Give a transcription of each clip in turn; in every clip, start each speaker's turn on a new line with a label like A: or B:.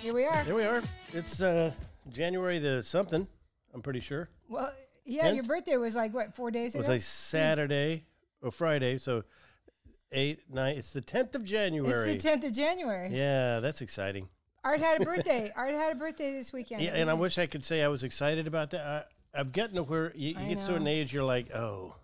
A: here we are.
B: Here we are. It's uh, January the something. I'm pretty sure
A: Well, yeah, your
B: Tenth?
A: birthday was like what four days
B: it
A: ago.
B: was a Saturday or Friday. So eight, nine. It's the 10th of January.
A: it's the tenth of January.
B: Yeah, that's exciting.
A: Art had a birthday. Art had a birthday this weekend.
B: Yeah,
A: It was
B: and I
A: like-
B: wish I could say I was excited about that. I, I've gotten to where you, you
A: I
B: get to an
A: know.
B: age you're like, oh,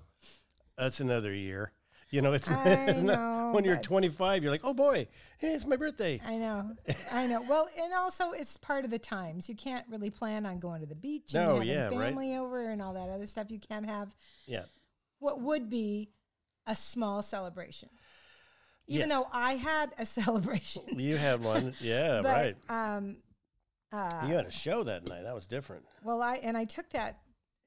B: that's another year. You know, it's,
A: I
B: it's
A: know,
B: not when you're
A: but-
B: 25, you're like, oh boy, hey, it's my birthday.
A: I know, I know. Well, and also it's part of the times. You can't really plan on going to the beach
B: No,
A: and having
B: yeah, right.
A: family over and all that other stuff. You can't have
B: Yeah,
A: what would be a small celebration,
B: Yes.
A: even though I had a celebration.
B: you had one. Yeah,
A: but
B: right.
A: um, uh,
B: You had a show that night. That was different.
A: well, I and I took that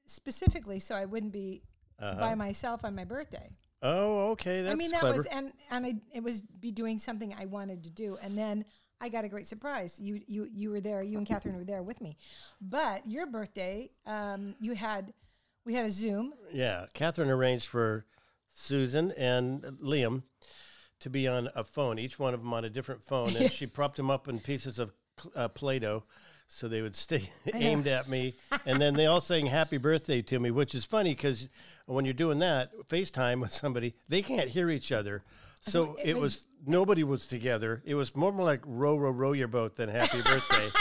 A: specifically so I wouldn't be
B: Uh-huh.
A: by myself on my birthday.
B: Oh, okay. That's
A: I mean, that
B: clever.
A: was and and I, it was be doing something I wanted to do, and then I got a great surprise. You you you were there. You and Catherine were there with me, but your birthday, um, you had we had a Zoom.
B: Yeah, Catherine arranged for Susan and Liam to be on a phone, each one of them on a different phone, and she propped them up in pieces of cl- uh, Play-Doh so they would stay aimed at me. And then they all sang "Happy Birthday" to me, which is funny because when you're doing that FaceTime with somebody, they can't hear each other. So
A: it
B: it
A: was-
B: was nobody was together. It was more like "Row, row, row your boat" than "Happy Birthday."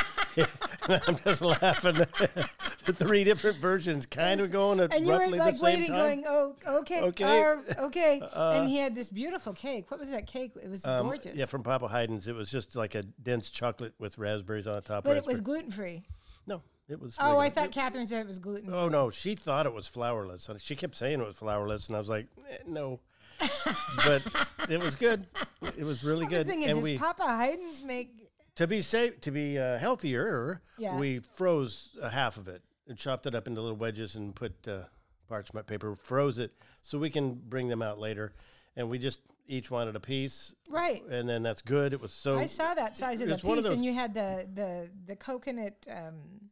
B: And I'm just laughing. the three different versions kind of going at
A: And you were
B: roughly the
A: like
B: same
A: waiting,
B: time.
A: going, "Oh, okay,
B: Okay.
A: uh, okay." and he had this beautiful cake. What was that cake? It was
B: Um,
A: gorgeous.
B: Yeah, from Papa Haydn's. It was just like a dense chocolate with raspberries on the top.
A: but it was
B: raspberry-
A: gluten free.
B: no, it was.
A: Oh, I
B: regular.
A: thought Catherine said it was gluten.
B: Oh no, she thought it was flourless. and She kept saying it was flourless, and I was like, eh, no. but it was good. It was really
A: I was
B: good.
A: thinking,
B: and
A: does
B: we
A: Papa Haydn's make?
B: to be safe, to be uh, healthier,
A: Yeah.
B: we froze a half of it and chopped it up into little wedges and put uh, parchment paper, froze it, so we can bring them out later. And we just each wanted a piece,
A: Right.
B: and then that's good. It was so
A: I saw that size of the
B: it's one of
A: piece, and
B: those-
A: you had the the the coconut. Um,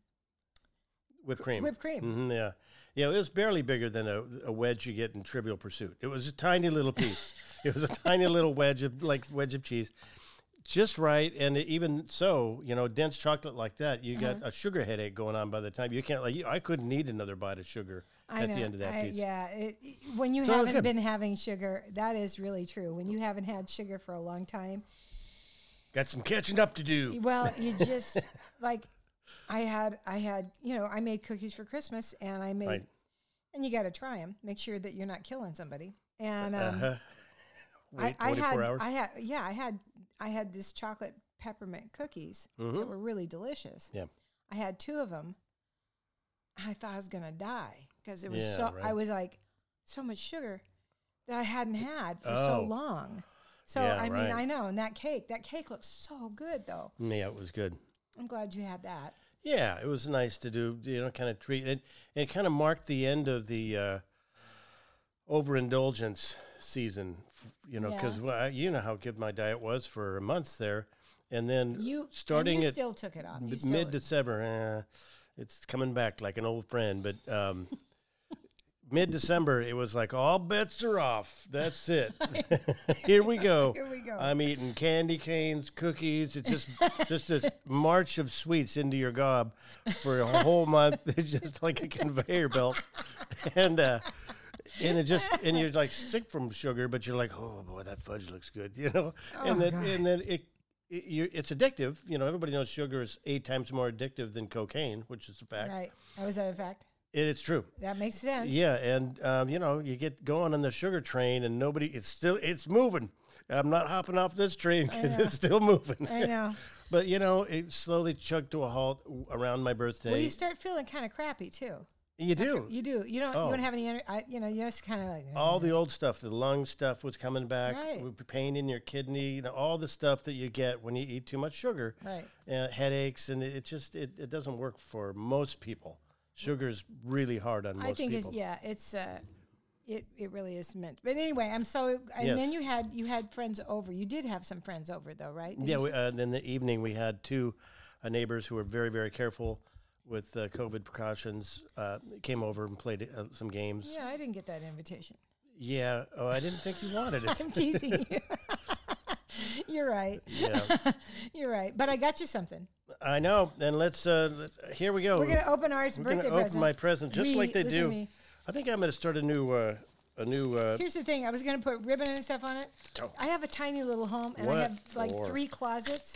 B: whipped cream.
A: Whipped cream.
B: hmm yeah, yeah. It was barely bigger than a, a wedge you get in Trivial Pursuit. It was a tiny little piece. it was a tiny little wedge of like wedge of cheese, just right. And it- even so, you know, dense chocolate like that, you
A: Uh-huh.
B: got a sugar headache going on by the time you can't. Like, you, I couldn't need another bite of sugar
A: I
B: at
A: know,
B: the end of that
A: I-
B: piece.
A: Yeah, it, it- when you
B: So it was
A: haven't
B: good.
A: been having sugar, that is really true. When you haven't had sugar for a long time,
B: Got some catching up to do.
A: well, you just like I had, I had, you know, I made cookies for Christmas, and I made,
B: Right.
A: and you got to try them. Make sure that you're not killing somebody. And um,
B: Uh-huh. Wait
A: I, I
B: 24
A: had,
B: hours.
A: I had, yeah, I had, I had this chocolate peppermint cookies
B: Mm-hmm.
A: that were really delicious.
B: yeah.
A: I had two of them. And I thought I was gonna die because it was
B: Yeah,
A: so. I
B: right.
A: was like so much sugar that I hadn't had for so
B: Oh.
A: long. So
B: Yeah,
A: I mean,
B: right.
A: I know. And that cake, that cake looks so good, though.
B: Mm, Yeah, it was good.
A: I'm glad you had that.
B: Yeah, it was nice to do, you know, kind of treat it. It kind of marked the end of the uh, overindulgence season, f- you know,
A: Yeah.
B: because well, I- you know how good my diet was for a month there. And then
A: You and
B: starting
A: you
B: at
A: still took it off. You
B: mid
A: still,
B: mid December, eh, it's coming back like an old friend, but um, mid December, it was like all bets are off. That's it. Here we go.
A: Here we go.
B: I'm eating candy canes, cookies. It's just just this march of sweets into your gob for a whole month. It's just like a conveyor belt, and. Uh, and it just and you're like sick from sugar, but you're like, oh boy, that fudge looks good, you know.
A: Oh,
B: and then and then it, it you, it's addictive. You know, everybody knows sugar is eight times more addictive than cocaine, which is a fact.
A: right? That was that a fact.
B: It, it's true.
A: That makes sense.
B: Yeah, and um, you know, you get going on the sugar train, and nobody. It's still it's moving. I'm not hopping off this train because it's still moving.
A: I know.
B: but you know, it slowly chugged to a halt w- around my birthday.
A: Well, you start feeling kind of crappy too.
B: you do.
A: You do. You don't.
B: Oh.
A: You don't have any. ener- I, you know. You're just kind of like. eh.
B: all the old stuff, the lung stuff was coming back,
A: Right.
B: with pain in your kidney, you know, all the stuff that you get when you eat too much sugar,
A: Right.
B: uh, headaches, and it, it just it, it doesn't work for most people. Sugar's really hard on most
A: I think
B: people.
A: it's yeah, it's uh, it it really is meant. But anyway, I'm so and then
B: Yes.
A: you had you had friends over. You did have some friends over though, right? Didn't
B: Yeah,
A: you?
B: we, uh, then the evening we had two uh, neighbors who were very, very careful with uh, COVID precautions. Uh, came over and played uh, some games. Yeah.
A: yeah. I didn't get that invitation.
B: Oh, I didn't think you wanted it.
A: I'm teasing you. You're right.
B: Yeah,
A: You're right. But I got you something.
B: I know. And let's. Uh, here we go.
A: We're gonna open ours
B: We're
A: birthday
B: gonna open
A: present.
B: my present just
A: Me,
B: like they
A: listen to
B: do.
A: me.
B: I think I'm gonna start a new uh, a new uh,
A: Here's the thing. I was gonna put ribbon and stuff on it.
B: Oh.
A: I have a tiny little home, and
B: What
A: I have like
B: for?
A: three closets.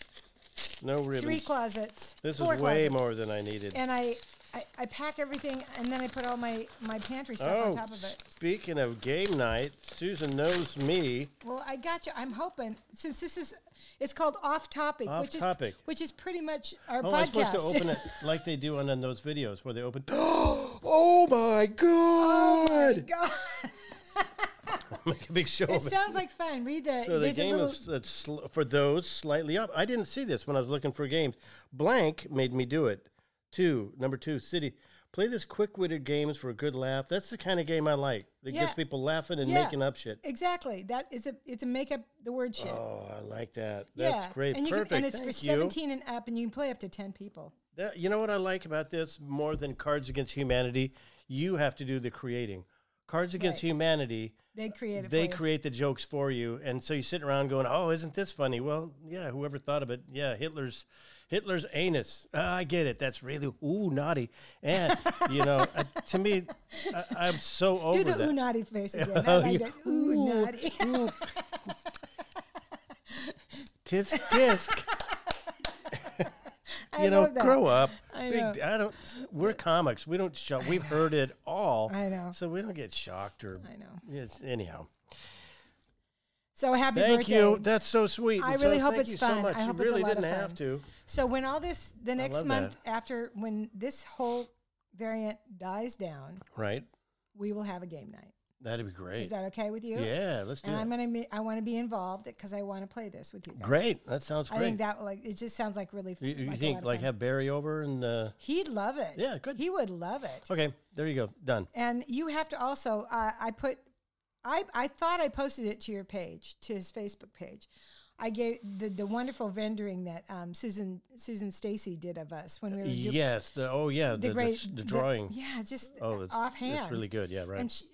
B: no
A: Three
B: ribbon.
A: closets.
B: This is
A: four
B: way
A: closets.
B: more than I needed.
A: And I, I, I pack everything, and then I put all my my pantry stuff on
B: Oh,
A: top of it.
B: speaking of game night, Susan knows me.
A: Well, I got you. I'm hoping since this is it's called off topic,
B: Off
A: which
B: Topic.
A: is which is pretty much our
B: Oh,
A: podcast.
B: I'm supposed to open it like they do on, on those videos where they open. Oh my god!
A: God,
B: Make a big show
A: it
B: of it.
A: sounds like fun. Read the
B: So the
A: there's a
B: game
A: little,
B: of that's sl- for those slightly up. I didn't see this when I was looking for games. Blank made me do it. Two number two city. Play this quick-witted games for a good laugh. That's the kind of game I like. That
A: Yeah.
B: gets people laughing and
A: Yeah.
B: making up shit.
A: exactly that is a it's a make up the word shit.
B: Oh, I like that.
A: yeah,
B: That's great.
A: And you
B: Perfect.
A: Can, and it's
B: Thank
A: for
B: you.
A: 17 and up, and you can play up to 10 people.
B: That, you know what I like about this more than Cards Against Humanity? You have to do the creating. Cards Against
A: Right.
B: Humanity,
A: They create it.
B: they
A: for you.
B: create the jokes for you, and so you sit around going, "Oh, isn't this funny?" Well, yeah, whoever thought of it? Yeah, Hitler's Hitler's anus. Ah, I get it. That's really ooh naughty, and you know, I, to me, I, I'm so over
A: Do the
B: that. Oh,
A: ooh naughty face again. I like
B: yeah.
A: that. Ooh naughty.
B: Tisk tisk.
A: I
B: you know,
A: love that.
B: grow up.
A: I
B: Big,
A: know.
B: d- I don't. We're comics. We don't shock. We've heard it all.
A: I know.
B: So we don't get shocked or.
A: I know.
B: Yes. Anyhow.
A: So happy
B: Thank
A: birthday.
B: you. That's so sweet.
A: I
B: And so
A: really hope
B: thank
A: it's
B: you So
A: fun.
B: much.
A: I hope
B: you
A: it's a
B: really
A: lot of
B: didn't
A: fun.
B: have to.
A: So when all this, the next
B: love
A: month after when this whole variant dies down,
B: Right.
A: we will have a game night.
B: That'd be great.
A: Is that okay with you?
B: yeah. Let's do
A: And I'm
B: it.
A: gonna, be, I want to be involved because I want to play this with you. Guys.
B: Great. That sounds
A: I
B: great.
A: think that like it just sounds like really.
B: you you
A: like a lot
B: think
A: of
B: like
A: fun.
B: have Barry over and. Uh,
A: He'd love it.
B: Yeah, good.
A: He would love it.
B: okay. There you go. Done.
A: And you have to also. Uh, I put. I I thought I posted it to your page, to his Facebook page. I gave the, the wonderful rendering that um, Susan Susan Stacy did of us when we were doing
B: Yes. The, oh yeah. The, the,
A: great
B: sh- the drawing.
A: yeah, just
B: Oh, it's
A: offhand.
B: It's really good. Yeah. Right.
A: And she,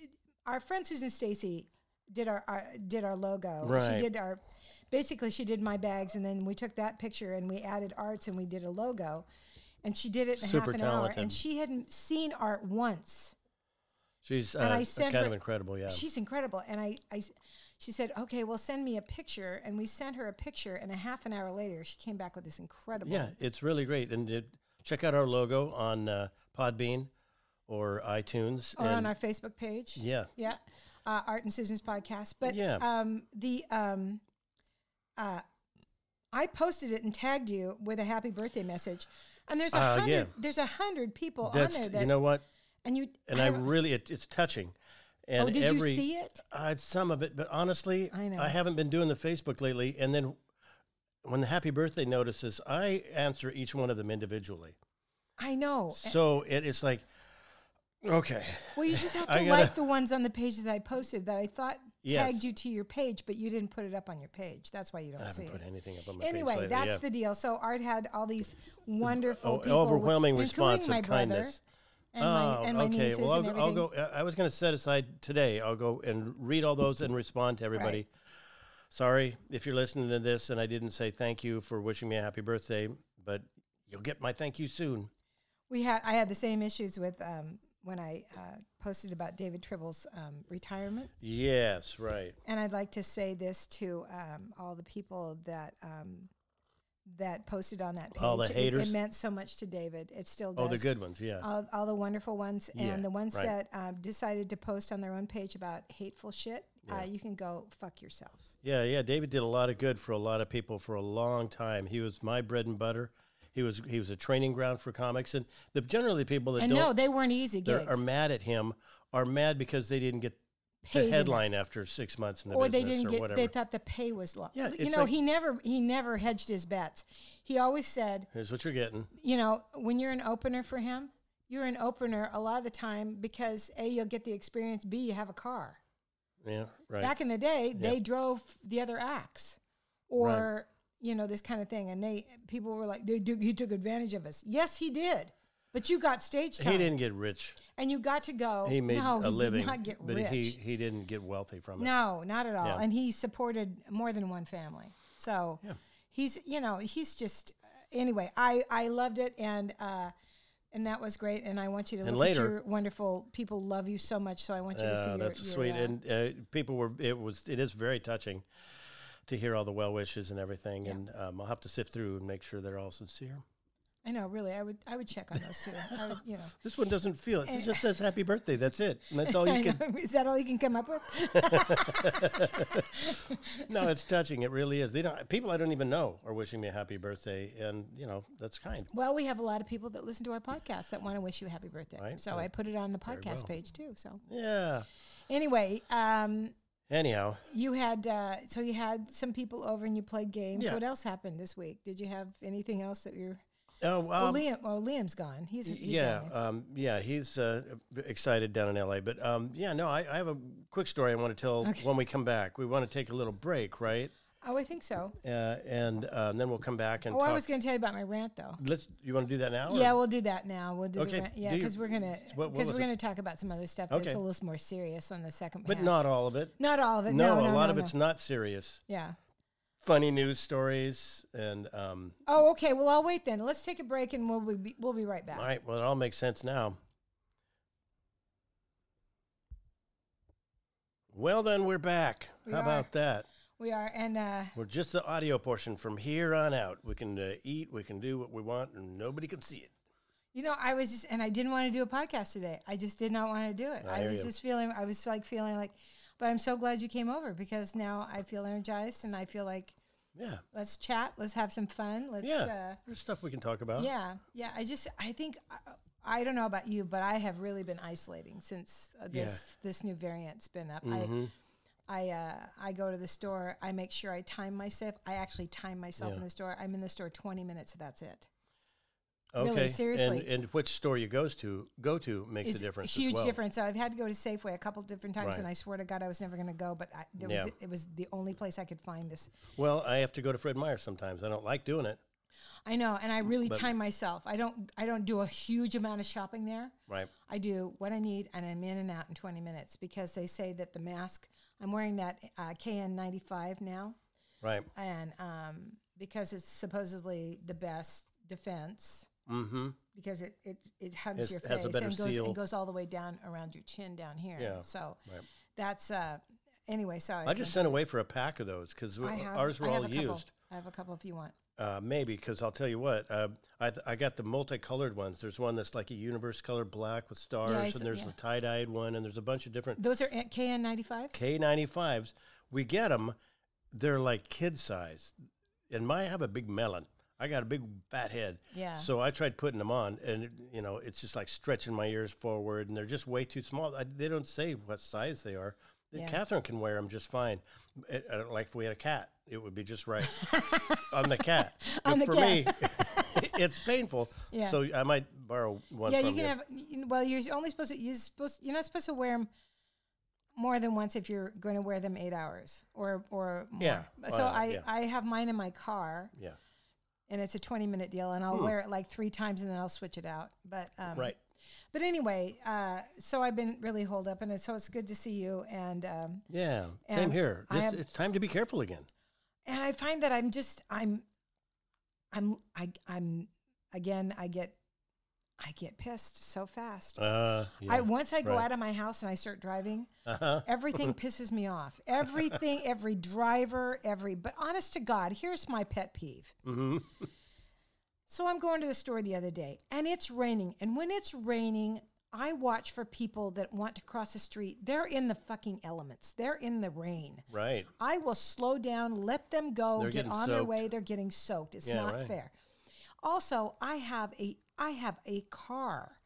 A: our friend Susan Stacy did our, our did our logo.
B: Right.
A: She did our basically she did my bags, and then we took that picture and we added arts and we did a logo, and she did it in
B: Super
A: half an hour.
B: talented.
A: And she hadn't seen art once.
B: She's uh,
A: and I sent
B: kind
A: her-
B: of incredible. Yeah.
A: She's incredible. And I, I s- she said, okay, well, send me a picture, and we sent her a picture, and a half an hour later, she came back with this incredible.
B: Yeah, it's really great. And it, check out our logo on uh, Podbean or iTunes.
A: or
B: and
A: on our Facebook page.
B: yeah,
A: yeah uh, art and susan's podcast but
B: Yeah.
A: um, the um, uh, i posted it and tagged you with a happy birthday message and there's a
B: Uh,
A: hundred
B: yeah.
A: there's a hundred people
B: that's
A: on there that
B: you know what,
A: and you
B: and I,
A: have-
B: really it, it's touching. And
A: oh did
B: every,
A: you see it
B: Uh, some of it, but honestly,
A: I know.
B: I haven't been doing the Facebook lately. And then when the happy birthday notices, I answer each one of them individually.
A: i know
B: So it, it's like, okay,
A: well you just have to
B: I
A: like
B: gotta-
A: the ones on the pages that i posted that i thought
B: Yes.
A: tagged you to your page but you didn't put it up on your page that's why you don't
B: I
A: see
B: haven't
A: it
B: put anything up on my page
A: Anyway,
B: lately,
A: that's
B: yeah.
A: the deal. So Art had all these wonderful,
B: Oh,
A: people with-
B: overwhelming
A: including
B: response of
A: my brother
B: kindness. Oh,
A: and my, and my nieces
B: Well, I'll,
A: and
B: go-
A: everything.
B: I'll go. I- I was going to set aside today. I'll go and read all those and respond to everybody.
A: Right.
B: Sorry if you're listening to this and I didn't say thank you for wishing me a happy birthday, but you'll get my thank you soon.
A: We had I had the same issues with um, when I uh, posted about David Tribble's um, retirement,
B: Yes, right.
A: and I'd like to say this to um, all the people that um, that posted on that page.
B: All the
A: It- It,
B: haters?
A: meant so much to David. It still does.
B: Oh, the good ones. Yeah.
A: All, all the wonderful ones and
B: Yeah,
A: the ones
B: right.
A: that um, decided to post on their own page about hateful shit. Uh, you can go fuck yourself.
B: Yeah, yeah. David did a lot of good for a lot of people for a long time. He was my bread and butter. He was he was a training ground for comics, and the generally people that
A: And no,
B: don't
A: they weren't easy
B: that
A: gigs,
B: are mad at him are mad because they didn't get
A: Paid
B: the
A: enough.
B: headline after six months in the
A: or
B: business
A: they didn't
B: or
A: get.
B: whatever.
A: They thought the pay was low.
B: Yeah,
A: you
B: it's
A: know,
B: like-
A: he never he never hedged his bets. He always said,
B: Here's what you're getting.
A: you know, when you're an opener for him, you're an opener a lot of the time because A, you'll get the experience, B, you have a car.
B: Yeah, right.
A: Back in the day, they drove the other acts or, you know, this kind of thing. And they, people were like, they do, he took advantage of us. Yes, he did. But you got stage time
B: he didn't get rich.
A: and you got to go.
B: He made
A: Oh, no,
B: a living,
A: He did not get
B: but
A: rich.
B: he he didn't get wealthy from it.
A: no, not at all.
B: Yeah.
A: And he supported more than one family. So he's, you know, he's just anyway. I I loved it, and uh, and that was great. And I want you to
B: And
A: look
B: later-
A: at your wonderful people love you so much. So I want you to see
B: Uh,
A: your,
B: that's
A: your,
B: sweet,
A: uh,
B: and uh, people were. It was. It is very touching to hear all the well wishes and everything. And um, I'll have to sift through and make sure they're all sincere.
A: I know, really, I would I would check on those too. I would, you know.
B: This one doesn't feel. It
A: Eh.
B: just says "Happy Birthday." That's it, and that's all you can.
A: Is that all you can come up with?
B: No, it's touching. It really is. They don't. People I don't even know are wishing me a happy birthday, and you know that's kind.
A: Well, we have a lot of people that listen to our podcast that want to wish you a happy birthday.
B: Right,
A: So
B: uh,
A: I put it on the podcast
B: well.
A: page too. So
B: Yeah.
A: anyway, um,
B: Anyhow,
A: you had uh, so you had some people over and you played games.
B: Yeah.
A: What else happened this week? Did you have anything else that you're?
B: oh
A: Well,
B: um,
A: Liam, well, Liam's gone. He's, he's
B: yeah,
A: gone.
B: um, yeah, he's uh, excited down in LA. But um, yeah, no, I, I have a quick story I want to tell when we come back. We want to take a little break, right?
A: Oh, I think so.
B: Uh, and um, then we'll come back and
A: Oh,
B: talk.
A: I was going to tell you about my rant though.
B: Let's. You want to do that now? or-
A: Yeah, we'll do that now. We'll do
B: Okay,
A: the rant. Yeah,
B: do you-
A: because we're gonna
B: what- what
A: because
B: was
A: we're
B: it?
A: gonna talk about some other stuff
B: Okay.
A: that's a little more serious on the second.
B: but
A: half.
B: not all of it.
A: not all of it.
B: No,
A: No,
B: a lot
A: no,
B: of
A: no.
B: it's not serious.
A: Yeah.
B: Funny news stories, and um,
A: Oh, okay. Well, I'll wait then. Let's take a break and we'll be we'll be right back.
B: all right. Well, it all makes sense now. Well, then we're back.
A: We
B: How
A: are.
B: about that?
A: We are, and uh,
B: We're just the audio portion from here on out. We can uh, eat, we can do what we want, and nobody can see it.
A: you know, I was just, and I didn't want to do a podcast today. I just did not want to do it.
B: I
A: I,
B: hear
A: was
B: you.
A: just feeling, I was like feeling like, but I'm so glad you came over because now I feel energized and I feel like
B: Yeah,
A: let's chat, let's have some fun, let's,
B: yeah.
A: yeah,
B: There's stuff we can talk
A: uh,
B: about.
A: yeah, yeah. I just, I think, I, I don't know about you, but I have really been isolating since uh,
B: Yeah. Mm-hmm.
A: this this new variant's been up. I I uh, I go to the store. I make sure I time myself. I actually time myself
B: Yeah.
A: in the store. I'm in the store 20 minutes. That's it.
B: Okay.
A: Really, seriously.
B: And, and which store you goes to go to makes a difference. as
A: Huge
B: well.
A: difference. I've had to go to Safeway a couple different times, and
B: Right.
A: I swear to God, I was never going to go. But I, there
B: Yeah.
A: was it was the only place I could find this.
B: Well, I have to go to Fred Meyer sometimes. I don't like doing it.
A: I know, and I really
B: But-
A: time myself. I don't I don't do a huge amount of shopping there.
B: Right.
A: I do what I need, and I'm in and out in 20 minutes because they say that the mask. I'm wearing that uh, KN95 now,
B: Right.
A: and um, because it's supposedly the best defense.
B: Mm-hmm.
A: because it it, it hugs
B: It's-
A: your
B: has a
A: face
B: better
A: and goes
B: seal.
A: and goes all the way down around your chin down here.
B: Yeah,
A: So
B: right.
A: that's uh anyway. Sorry.
B: I just sent away for a pack of those because
A: I have-
B: ours were
A: I have
B: all
A: a couple.
B: used.
A: I have a couple if you want.
B: Uh, maybe because I'll tell you what, uh, I th- I got the multicolored ones. There's one that's like a universe color black with stars,
A: I saw-
B: and there's
A: yeah.
B: the tie dyed one, and there's a bunch of different
A: Those are at KN95.
B: K95s. We get them. They're like kid size. And my, I have a big melon. I got a big fat head.
A: Yeah.
B: So I tried putting them on, and it, you know, it's just like stretching my ears forward, and they're just way too small. I, they don't say what size they are.
A: Yeah.
B: Catherine can wear them just fine. It- uh, like if we had a cat, it would be just right on the cat.
A: On
B: But
A: the
B: me, it's painful.
A: Yeah.
B: So I might borrow one.
A: Yeah,
B: from
A: you can have. you- Well, you're only supposed to. You're supposed. You're not supposed to wear them more than once if you're going to wear them eight hours or or more.
B: Yeah,
A: So
B: well,
A: I
B: yeah.
A: I have mine in my car
B: Yeah.
A: and it's a 20 minute deal and I'll wear it like three times and then I'll switch it out. But um,
B: Right.
A: But anyway, uh, so I've been really holed up, and it's- so it's good to see you. And um,
B: Yeah. Same
A: And
B: here.
A: I
B: Just,
A: have-
B: it's time to be careful again.
A: and I find that I'm just I'm I'm I, I'm again I get I get pissed so fast.
B: Uh, yeah.
A: I once I go
B: right.
A: out of my house and I start driving,
B: Uh-huh.
A: everything pisses me off. Everything, every driver, every. But honest to God, here's my pet peeve.
B: Mhm.
A: So I'm going to the store the other day and it's raining. And when it's raining, I watch for people that want to cross the street. They're in the fucking elements, they're in the rain.
B: Right.
A: I will slow down, let them go,
B: They're
A: get
B: getting
A: on their
B: soaked.
A: way. They're getting soaked. It's
B: Yeah,
A: not
B: right.
A: fair. Also, I have a I have a car.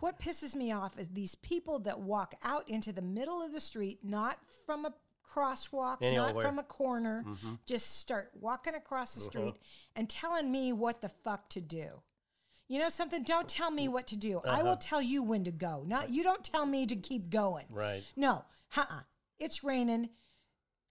A: What pisses me off is these people that walk out into the middle of the street, not from a crosswalk, not
B: Anywhere.
A: from a corner,
B: Mm-hmm.
A: just start walking across the
B: Uh-huh.
A: street and telling me what the fuck to do. You know something? Don't tell me
B: Mm.
A: what to do.
B: Uh-huh.
A: I will tell you when to go. Not you don't tell me to keep going.
B: Right.
A: No, uh-uh. It's raining.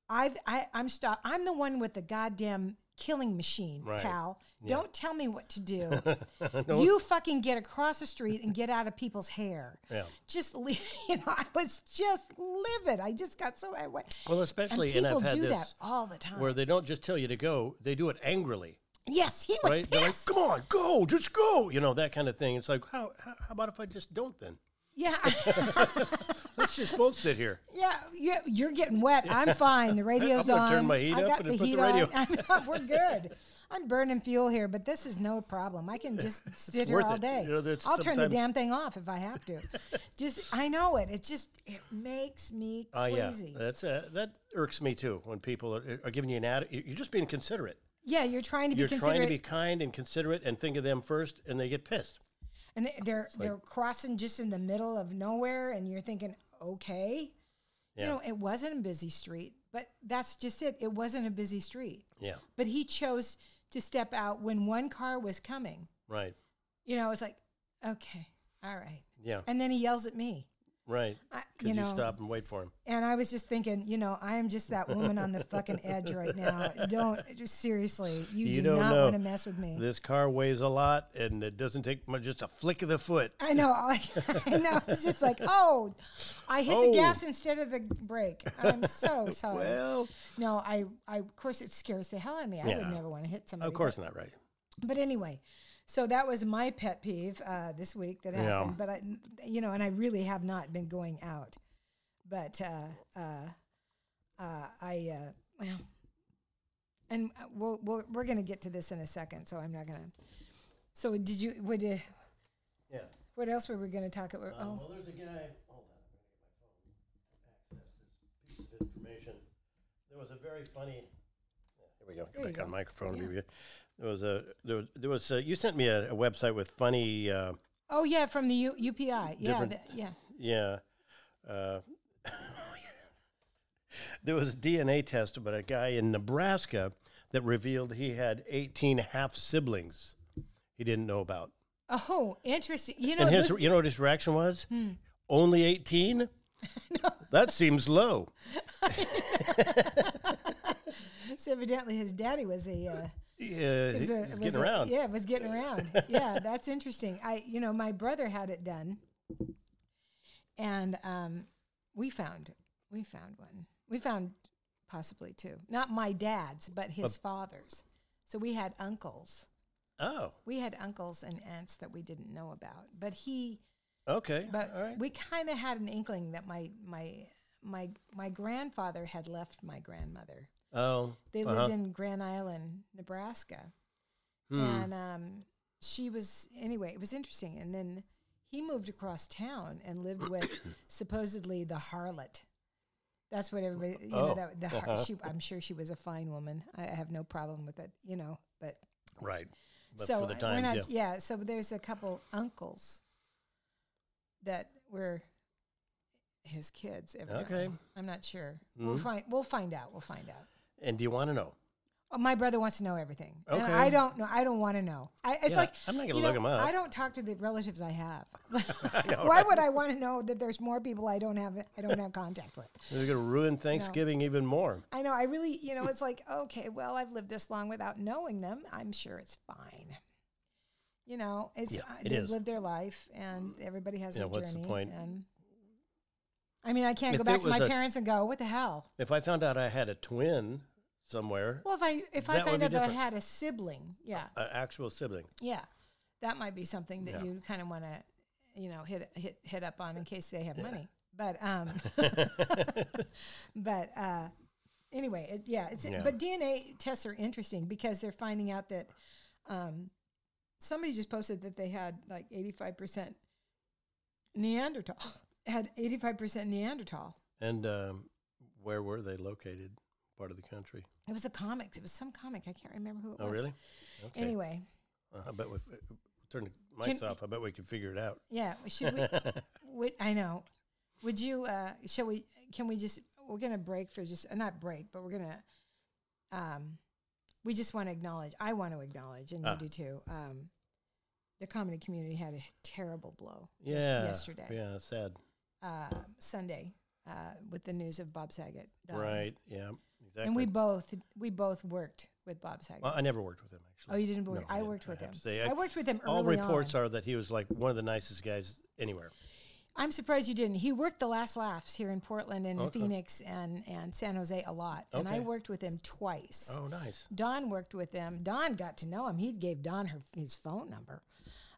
A: I've I, I'm stop. I'm the one with the goddamn killing machine,
B: Right.
A: pal. Don't tell me what to do. You fucking get across the street and get out of people's hair.
B: Yeah.
A: Just, li- you know, I was just livid. I just got so, I went,
B: Well, especially, and,
A: people
B: I've had
A: do
B: this
A: that all the time.
B: where they don't just tell you to go; they do it angrily,
A: yes, he was
B: right? They're like,
A: pissed.
B: "Come on, go, just go," you know that kind of thing. It's like, how, how how about if I just don't then?
A: yeah.
B: Let's just both sit here.
A: Yeah, you're, you're getting wet. I'm fine. The radio's
B: I'm
A: on.
B: gonna turn my heat
A: I
B: up
A: got
B: and
A: the
B: put the
A: heat
B: radio-
A: on. I'm- we're good. I'm burning fuel here, but this is no problem. I can just sit here
B: worth
A: all
B: it.
A: day.
B: You know, that's
A: I'll turn the
B: sometimes-
A: damn thing off if I have to. just I know it. It just it makes me
B: Oh yeah,
A: crazy. Yeah.
B: that's uh, that irks me too when people are, are giving you an ad. You're just being considerate.
A: you're trying to be
B: You're
A: considerate,
B: trying to be kind and considerate and think of them first, and they get pissed.
A: and they- they're they're crossing just in the middle of nowhere, and you're thinking, okay,
B: Yeah.
A: you know, it wasn't a busy street, but that's just it. It wasn't a busy street.
B: Yeah,
A: but he chose to step out when one car was coming.
B: right.
A: You know, it's like, okay, all right.
B: Yeah,
A: And then he yells at me,
B: right.
A: I,
B: Could
A: you
B: you,
A: know.
B: stop and wait for him?
A: And I was just thinking, you know, I am just that woman on the fucking edge right now. Don't just seriously, you,
B: You
A: do
B: don't
A: not
B: know.
A: want to mess with me.
B: This car weighs a lot, and it doesn't take much, just a flick of the foot.
A: I know. I, I know. It's just like, oh, I hit
B: Oh.
A: the gas instead of the brake. I'm so sorry.
B: Well,
A: no, I, I, of course, it scares the hell out of me. I would
B: Yeah.
A: never want to hit somebody.
B: of
A: but-
B: course not, right?
A: But anyway, so that was my pet peeve uh, this week that
B: Yeah.
A: happened. But I, you know, and I really have not been going out. But uh, uh, uh, I, uh, well, and uh, we'll, we'll, we're going to get to this in a second. So I'm not going to. So did you? Would you?
B: Yeah.
A: What else were we going to talk about?
B: Um,
A: oh,
B: well, there's a guy. Hold on, I'm gonna get my phone. Access this piece of information. There was a very funny. Yeah, here we go. Get
A: There you
B: back on
A: go.
B: microphone.
A: Yeah.
B: BB. There was a there was, there was a, you sent me a, a website with funny. Uh,
A: oh yeah, from the U, UPI. Yeah,
B: Different-
A: the- yeah.
B: Yeah. Uh, there was a DNA test about a guy in Nebraska that revealed he had 18 half siblings he didn't know about.
A: Oh, interesting. You know,
B: and his,
A: listen-
B: you know what his reaction was?
A: Hmm.
B: Only 18? That seems low.
A: so evidently his daddy was a. Uh,
B: Yeah,
A: was
B: he's
A: a- was
B: getting
A: a-
B: around.
A: yeah, it was getting around. yeah, that's interesting. I, you know, my brother had it done, and um, we found we found one. We found possibly two, not my dad's, but his father's. So we had uncles.
B: Oh,
A: We had uncles and aunts that we didn't know about, but he
B: okay.
A: but
B: All right.
A: we kind of had an inkling that my my my my grandfather had left my grandmother.
B: oh,
A: They
B: uh-huh. Hmm,
A: lived in Grand Island, Nebraska.
B: Mm.
A: And um, she was, anyway, it was interesting. And then he moved across town and lived with supposedly the harlot. That's what everybody, you know,
B: Oh,
A: that, the har- she, I'm sure she was a fine woman. I, I have no problem with it, you know, but
B: right. But
A: so
B: for the
A: I-
B: times,
A: we're not,
B: yeah.
A: yeah. So there's a couple uncles that were his kids. evidently.
B: Okay. Mm.
A: I'm not sure. We'll find, we'll find out. We'll find out.
B: And do you want to know?
A: Oh, my brother wants to know everything. And
B: Okay.
A: I don't know. I don't want to know. I, it's
B: Yeah,
A: like
B: I'm not gonna
A: you
B: look
A: know,
B: 'em up.
A: I don't talk to the relatives I have. Why would I want to know that there's more people I don't have? I don't have contact with.
B: They're going to ruin Thanksgiving even more.
A: I know. I really, you know, it's like okay, well, I've lived this long without knowing them. I'm sure it's fine. You know, it's
B: Yeah,
A: uh,
B: it
A: they've
B: is.
A: lived their life, and everybody has
B: Yeah,
A: their
B: what's the
A: journey.
B: point?
A: And I mean, I can't
B: If
A: go back
B: it
A: to my
B: was a-
A: parents and go, "What the hell?"
B: If I found out I had a twin somewhere,
A: Well, if I if I
B: That would
A: find
B: be
A: out that I
B: different.
A: had a sibling, yeah,
B: an actual sibling.
A: Yeah, that might be something that
B: Yeah.
A: you kind of want to, you know, hit hit hit up on in case they have money. But um, but uh, anyway, it, yeah, it's
B: Yeah.
A: but DNA tests are interesting because they're finding out that um, somebody just posted that they had like eighty five percent Neanderthal had eighty five percent Neanderthal.
B: And um, where were they located? Part of the country.
A: It was a comics. It was some comic. I can't remember who it
B: Oh,
A: was.
B: really? Okay.
A: Anyway,
B: Uh, I bet we uh, turn the mics
A: Can-
B: off. I bet we can figure it out.
A: Yeah, should we? would, I know. Would you? Uh, shall we? Can we just? We're gonna break for just uh, not break, but we're gonna. Um, we just want to acknowledge. I want to acknowledge, and
B: Ah.
A: you do too. Um, the comedy community had a terrible blow. yes-
B: Yeah.
A: yesterday,
B: Yeah. Sad.
A: uh, Sunday. uh, with the news of Bob Saget. dying.
B: Right. Yeah. Exactly.
A: And we both we both worked with Bob Saget.
B: Well, I never worked with him
A: oh,
B: actually.
A: you didn't work.
B: no, I
A: I,
B: didn't,
A: worked
B: I
A: with
B: have
A: him.
B: to say, I-
A: I worked with him
B: All
A: early
B: reports
A: on.
B: are that he was like one of the nicest guys anywhere.
A: I'm surprised you didn't. He worked the last laughs here in Portland and
B: Oh, Okay.
A: Phoenix and and San Jose a lot, and I
B: Okay.
A: worked with him twice.
B: Oh, nice.
A: Don worked with him. Don got to know him. He gave Don her, his phone number.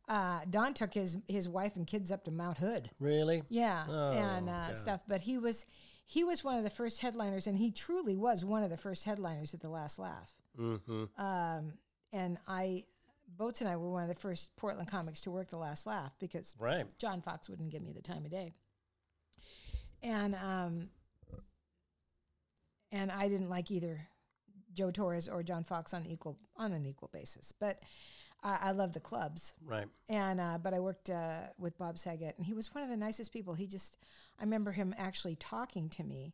A: Uh, Don took his his wife and kids up to Mount Hood.
B: Really?
A: Yeah, and
B: Oh,
A: uh,
B: God.
A: stuff. But he was he was one of the first headliners, and he truly was one of the first headliners at the Last Laugh. Um,
B: Mm-hmm.
A: And I, Boats and I were one of the first Portland comics to work the Last Laugh because
B: Right.
A: John Fox wouldn't give me the time of day. And um, and I didn't like either Joe Torres or John Fox on equal on an equal basis. But I, I love the clubs,
B: Right.
A: and uh, but I worked uh, with Bob Saget, and he was one of the nicest people. He just, I remember him actually talking to me,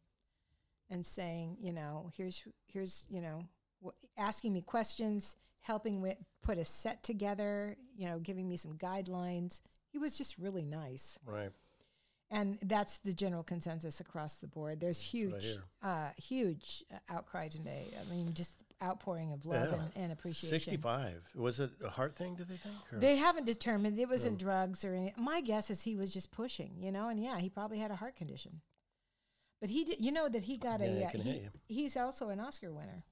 A: and saying, you know, here's here's you know, wh- asking me questions, helping with put a set together, you know, giving me some guidelines. He was just really nice,
B: Right.
A: and that's the general consensus across the board. There's
B: what I
A: huge, uh, huge uh, outcry today. I mean, just outpouring of love
B: Yeah.
A: and, and appreciation.
B: Sixty-five. Was it a heart thing? Did they think? Or?
A: They haven't determined it wasn't drugs or any. My guess is he was just pushing, you know, and yeah, he probably had a heart condition. But he did, you know, that he got
B: Yeah, it
A: a. Uh,
B: can
A: he-
B: hit you.
A: he's also an Oscar winner.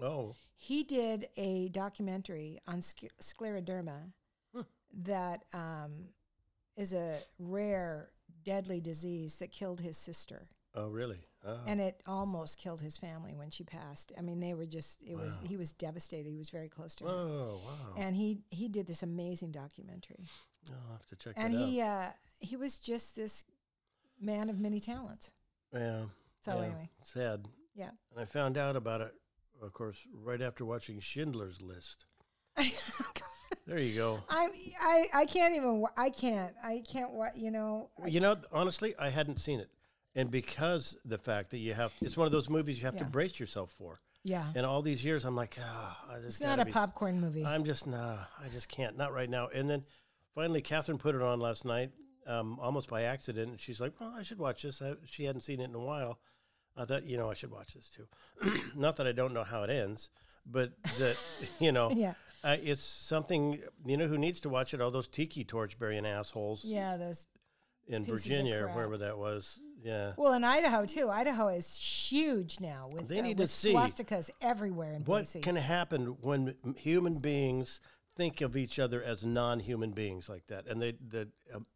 B: oh,
A: He did a documentary on sc- scleroderma that um, is a rare, deadly disease that killed his sister.
B: oh, really? Oh.
A: And it almost killed his family when she passed. I mean, they were just, it was, he was devastated. He was very close to her.
B: Whoa, wow.
A: And he, he did this amazing documentary.
B: I'll have to check
A: and
B: that
A: he uh, he was just this man of many talents.
B: out. Yeah.
A: uh, So
B: yeah.
A: anyway,
B: Sad.
A: yeah.
B: And I found out about it, of course, right after watching Schindler's List. There you go.
A: I I I can't even wa- I can't I can't what you know
B: You know, honestly, I hadn't seen it. And because the fact that you have, it's one of those movies you have to
A: Yeah.
B: brace yourself for.
A: yeah
B: And all these years, I'm like, ah, oh,
A: it's not a popcorn movie
B: I'm just nah, I just can't, not right now. And then finally, Catherine put it on last night, um, almost by accident. And she's like, "Well, I should watch this." I, she hadn't seen it in a while. I thought, you know, I should watch this too. not that I don't know how it ends, but that you know,
A: Yeah.
B: uh, it's something. You know, who needs to watch it? All those tiki torch burying assholes
A: yeah those
B: in
A: pieces of
B: Virginia or
A: crap.
B: wherever that was. Yeah.
A: well in Idaho too Idaho is huge now with
B: They
A: uh,
B: need to
A: with
B: see
A: swastikas everywhere in
B: What
A: BC
B: can happen when m- human beings think of each other as non-human beings like that, and they the um,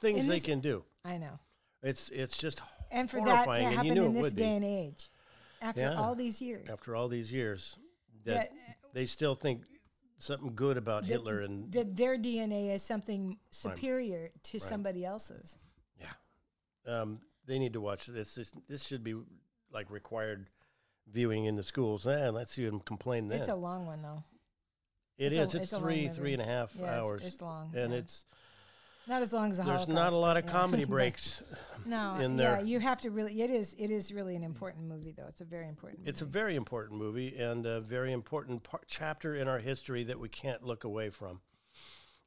B: things
A: And
B: they
A: this-
B: can do?
A: I know
B: It's it's just
A: and for that to
B: horrifying, and you
A: happen
B: knew
A: in
B: it
A: this
B: would
A: day
B: be
A: and age after
B: Yeah.
A: all these years
B: after all these years that
A: That-
B: they still think something good about Hitler and
A: that their DNA is something superior to somebody else's
B: um, they need to watch this. this. This should be like required viewing in the schools. And let's see them complain then.
A: it's a long one though
B: It
A: it's a-
B: is. It's
A: it's a long
B: three
A: movie.
B: three and a half
A: Yeah, it's-
B: hours.
A: it's long,
B: and
A: yeah.
B: it's
A: not as long as the
B: there's
A: Holocaust,
B: not a lot of
A: but yeah.
B: comedy
A: But-
B: breaks.
A: no
B: in
A: yeah
B: there.
A: you have to really it is it is really an important movie though it's a very important
B: It's a
A: movie.
B: very important movie and a very important par- chapter in our history that we can't look away from.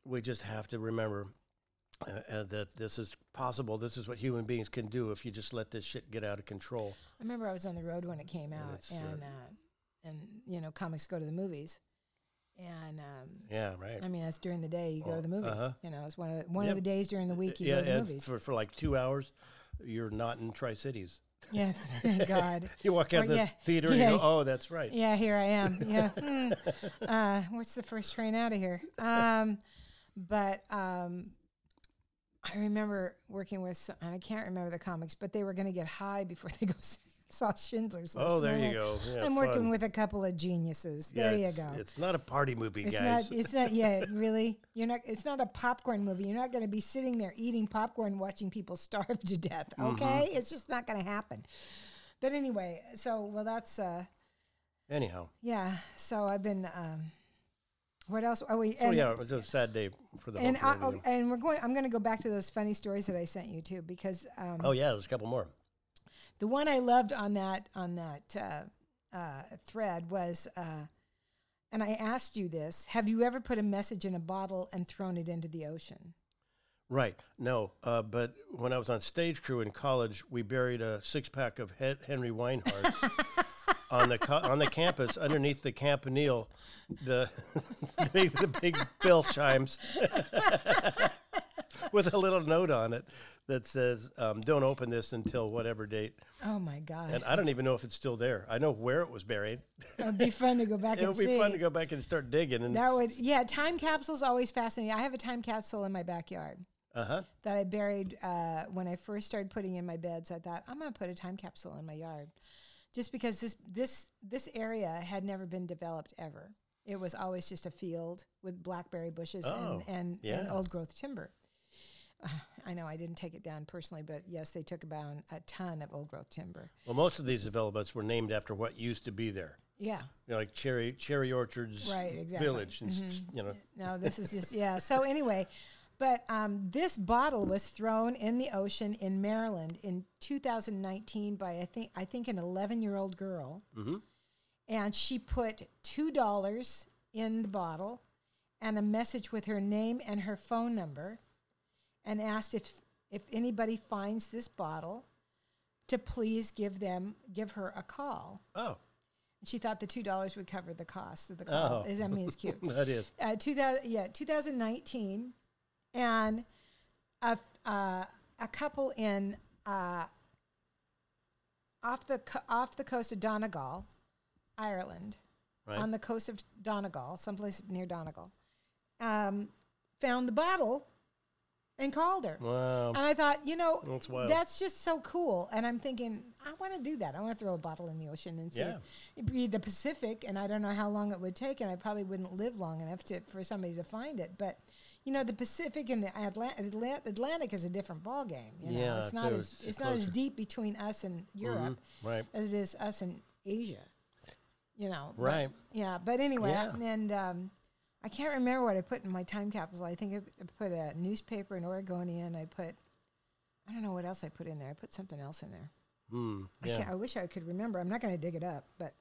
B: We just have to remember uh, uh, that this is possible. This is what human beings can do if you just let this shit get out of control.
A: I remember i was on the road when it came out
B: it's, uh,
A: and uh, and you know comics go to the movies and um
B: Yeah, right.
A: I mean, that's during the day you go to the movie.
B: uh-huh.
A: You know, it's one of the, one
B: Yep. Uh,
A: of the days during the week you
B: yeah,
A: go to the
B: and
A: movies.
B: for, for like two hours, you're not in Tri Cities.
A: yeah, thank God.
B: You walk out
A: Or
B: of the
A: Oh, yeah,
B: theater
A: yeah,
B: and you go, oh, that's right.
A: Yeah, here I am. Yeah. Hmm. uh, what's the first train out of here? Um, but um, I remember working with, some, and I can't remember the comics, but they were going to get high before they go s- saw Schindler's List.
B: oh,
A: And
B: there
A: I'm
B: you
A: like,
B: go. Yeah,
A: I'm working
B: fun.
A: with a couple of geniuses.
B: Yeah,
A: there you
B: it's-
A: go. It's,
B: It's not a party movie, guys.
A: not. It's not. Yeah, really. You're not. It's not a popcorn movie. You're not going to be sitting there eating popcorn, watching people starve to death.
B: Mm-hmm.
A: Okay, it's just not going to happen. But anyway, so well, that's. Uh,
B: Anyhow,
A: yeah. So I've been. Um, what else? Oh, we
B: so
A: and
B: yeah, it was a sad day for the whole
A: and I,
B: community.
A: oh, and we're going. I'm going to go back to those funny stories that I sent you too, because um,
B: oh, yeah, there's a couple more.
A: the one I loved on that on that uh, uh, thread was, uh, and I asked you this: Have you ever put a message in a bottle and thrown it into the ocean?
B: Right. No. Uh, but when I was on stage crew in college, we buried a six pack of he- Henry Weinhardt on the co- on the campus underneath the campanile, the the, big, the big bell chimes with a little note on it that says, um, "Don't open this until whatever date."
A: Oh my god!
B: And I don't even know if it's still there. I know where it was buried.
A: It'd be fun to go back
B: It'll
A: and see.
B: be fun to go back and start digging. And
A: That would yeah. Time capsules always fascinate. me. I have a time capsule in my backyard
B: uh huh.
A: that I buried uh, when I first started putting in my beds. I thought I'm gonna put a time capsule in my yard, just because this this this area had never been developed ever. It was always just a field with blackberry bushes
B: Oh,
A: and and, and
B: yeah.
A: old growth timber. I know I didn't take it down personally, but yes, they took down a ton of old growth timber.
B: Well, most of these developments were named after what used to be there.
A: Yeah.
B: you know, like cherry cherry orchards
A: Right, exactly. Mm-hmm.
B: village and s- you know
A: No, this is just yeah. So anyway, but um, this bottle was thrown in the ocean in Maryland in 2019 by I think I think an 11 year old girl, and she put two dollars in the bottle and a message with her name and her phone number, and asked if if anybody finds this bottle, to please give them give her a call.
B: oh
A: She thought the two dollars would cover the cost of the call.
B: Oh.
A: Is I mean, it's cute
B: that is
A: uh, 2000, yeah, 2019, and a, f- uh, a couple in uh, off the co- off the coast of Donegal, Ireland,
B: right
A: on the coast of Donegal, someplace near Donegal, um, found the bottle and called her.
B: wow
A: And I thought, you know,
B: Um, That's wild.
A: that's just so cool. And I'm thinking, I want to do that. I want to throw a bottle in the ocean and see.
B: Yeah.
A: It'd be the Pacific, and I don't know how long it would take, and I probably wouldn't live long enough to for somebody to find it. But you know, the Pacific and the Atla- Atla- Atlantic is a different ballgame. You know,
B: Yeah,
A: it's not
B: too.
A: as
B: It's
A: it's, not as
B: closer. Mm-hmm.
A: deep between us and Europe
B: right
A: as it is us in Asia. You know, but-
B: right
A: yeah, but anyway,
B: Yeah.
A: and um, I can't remember what I put in my time capsule. I think I p- I put a newspaper in Oregonian. I put, I don't know what else I put in there. I put something else in there.
B: Hmm.
A: I,
B: yeah
A: can't, I wish I could remember. I'm not going to dig it up, but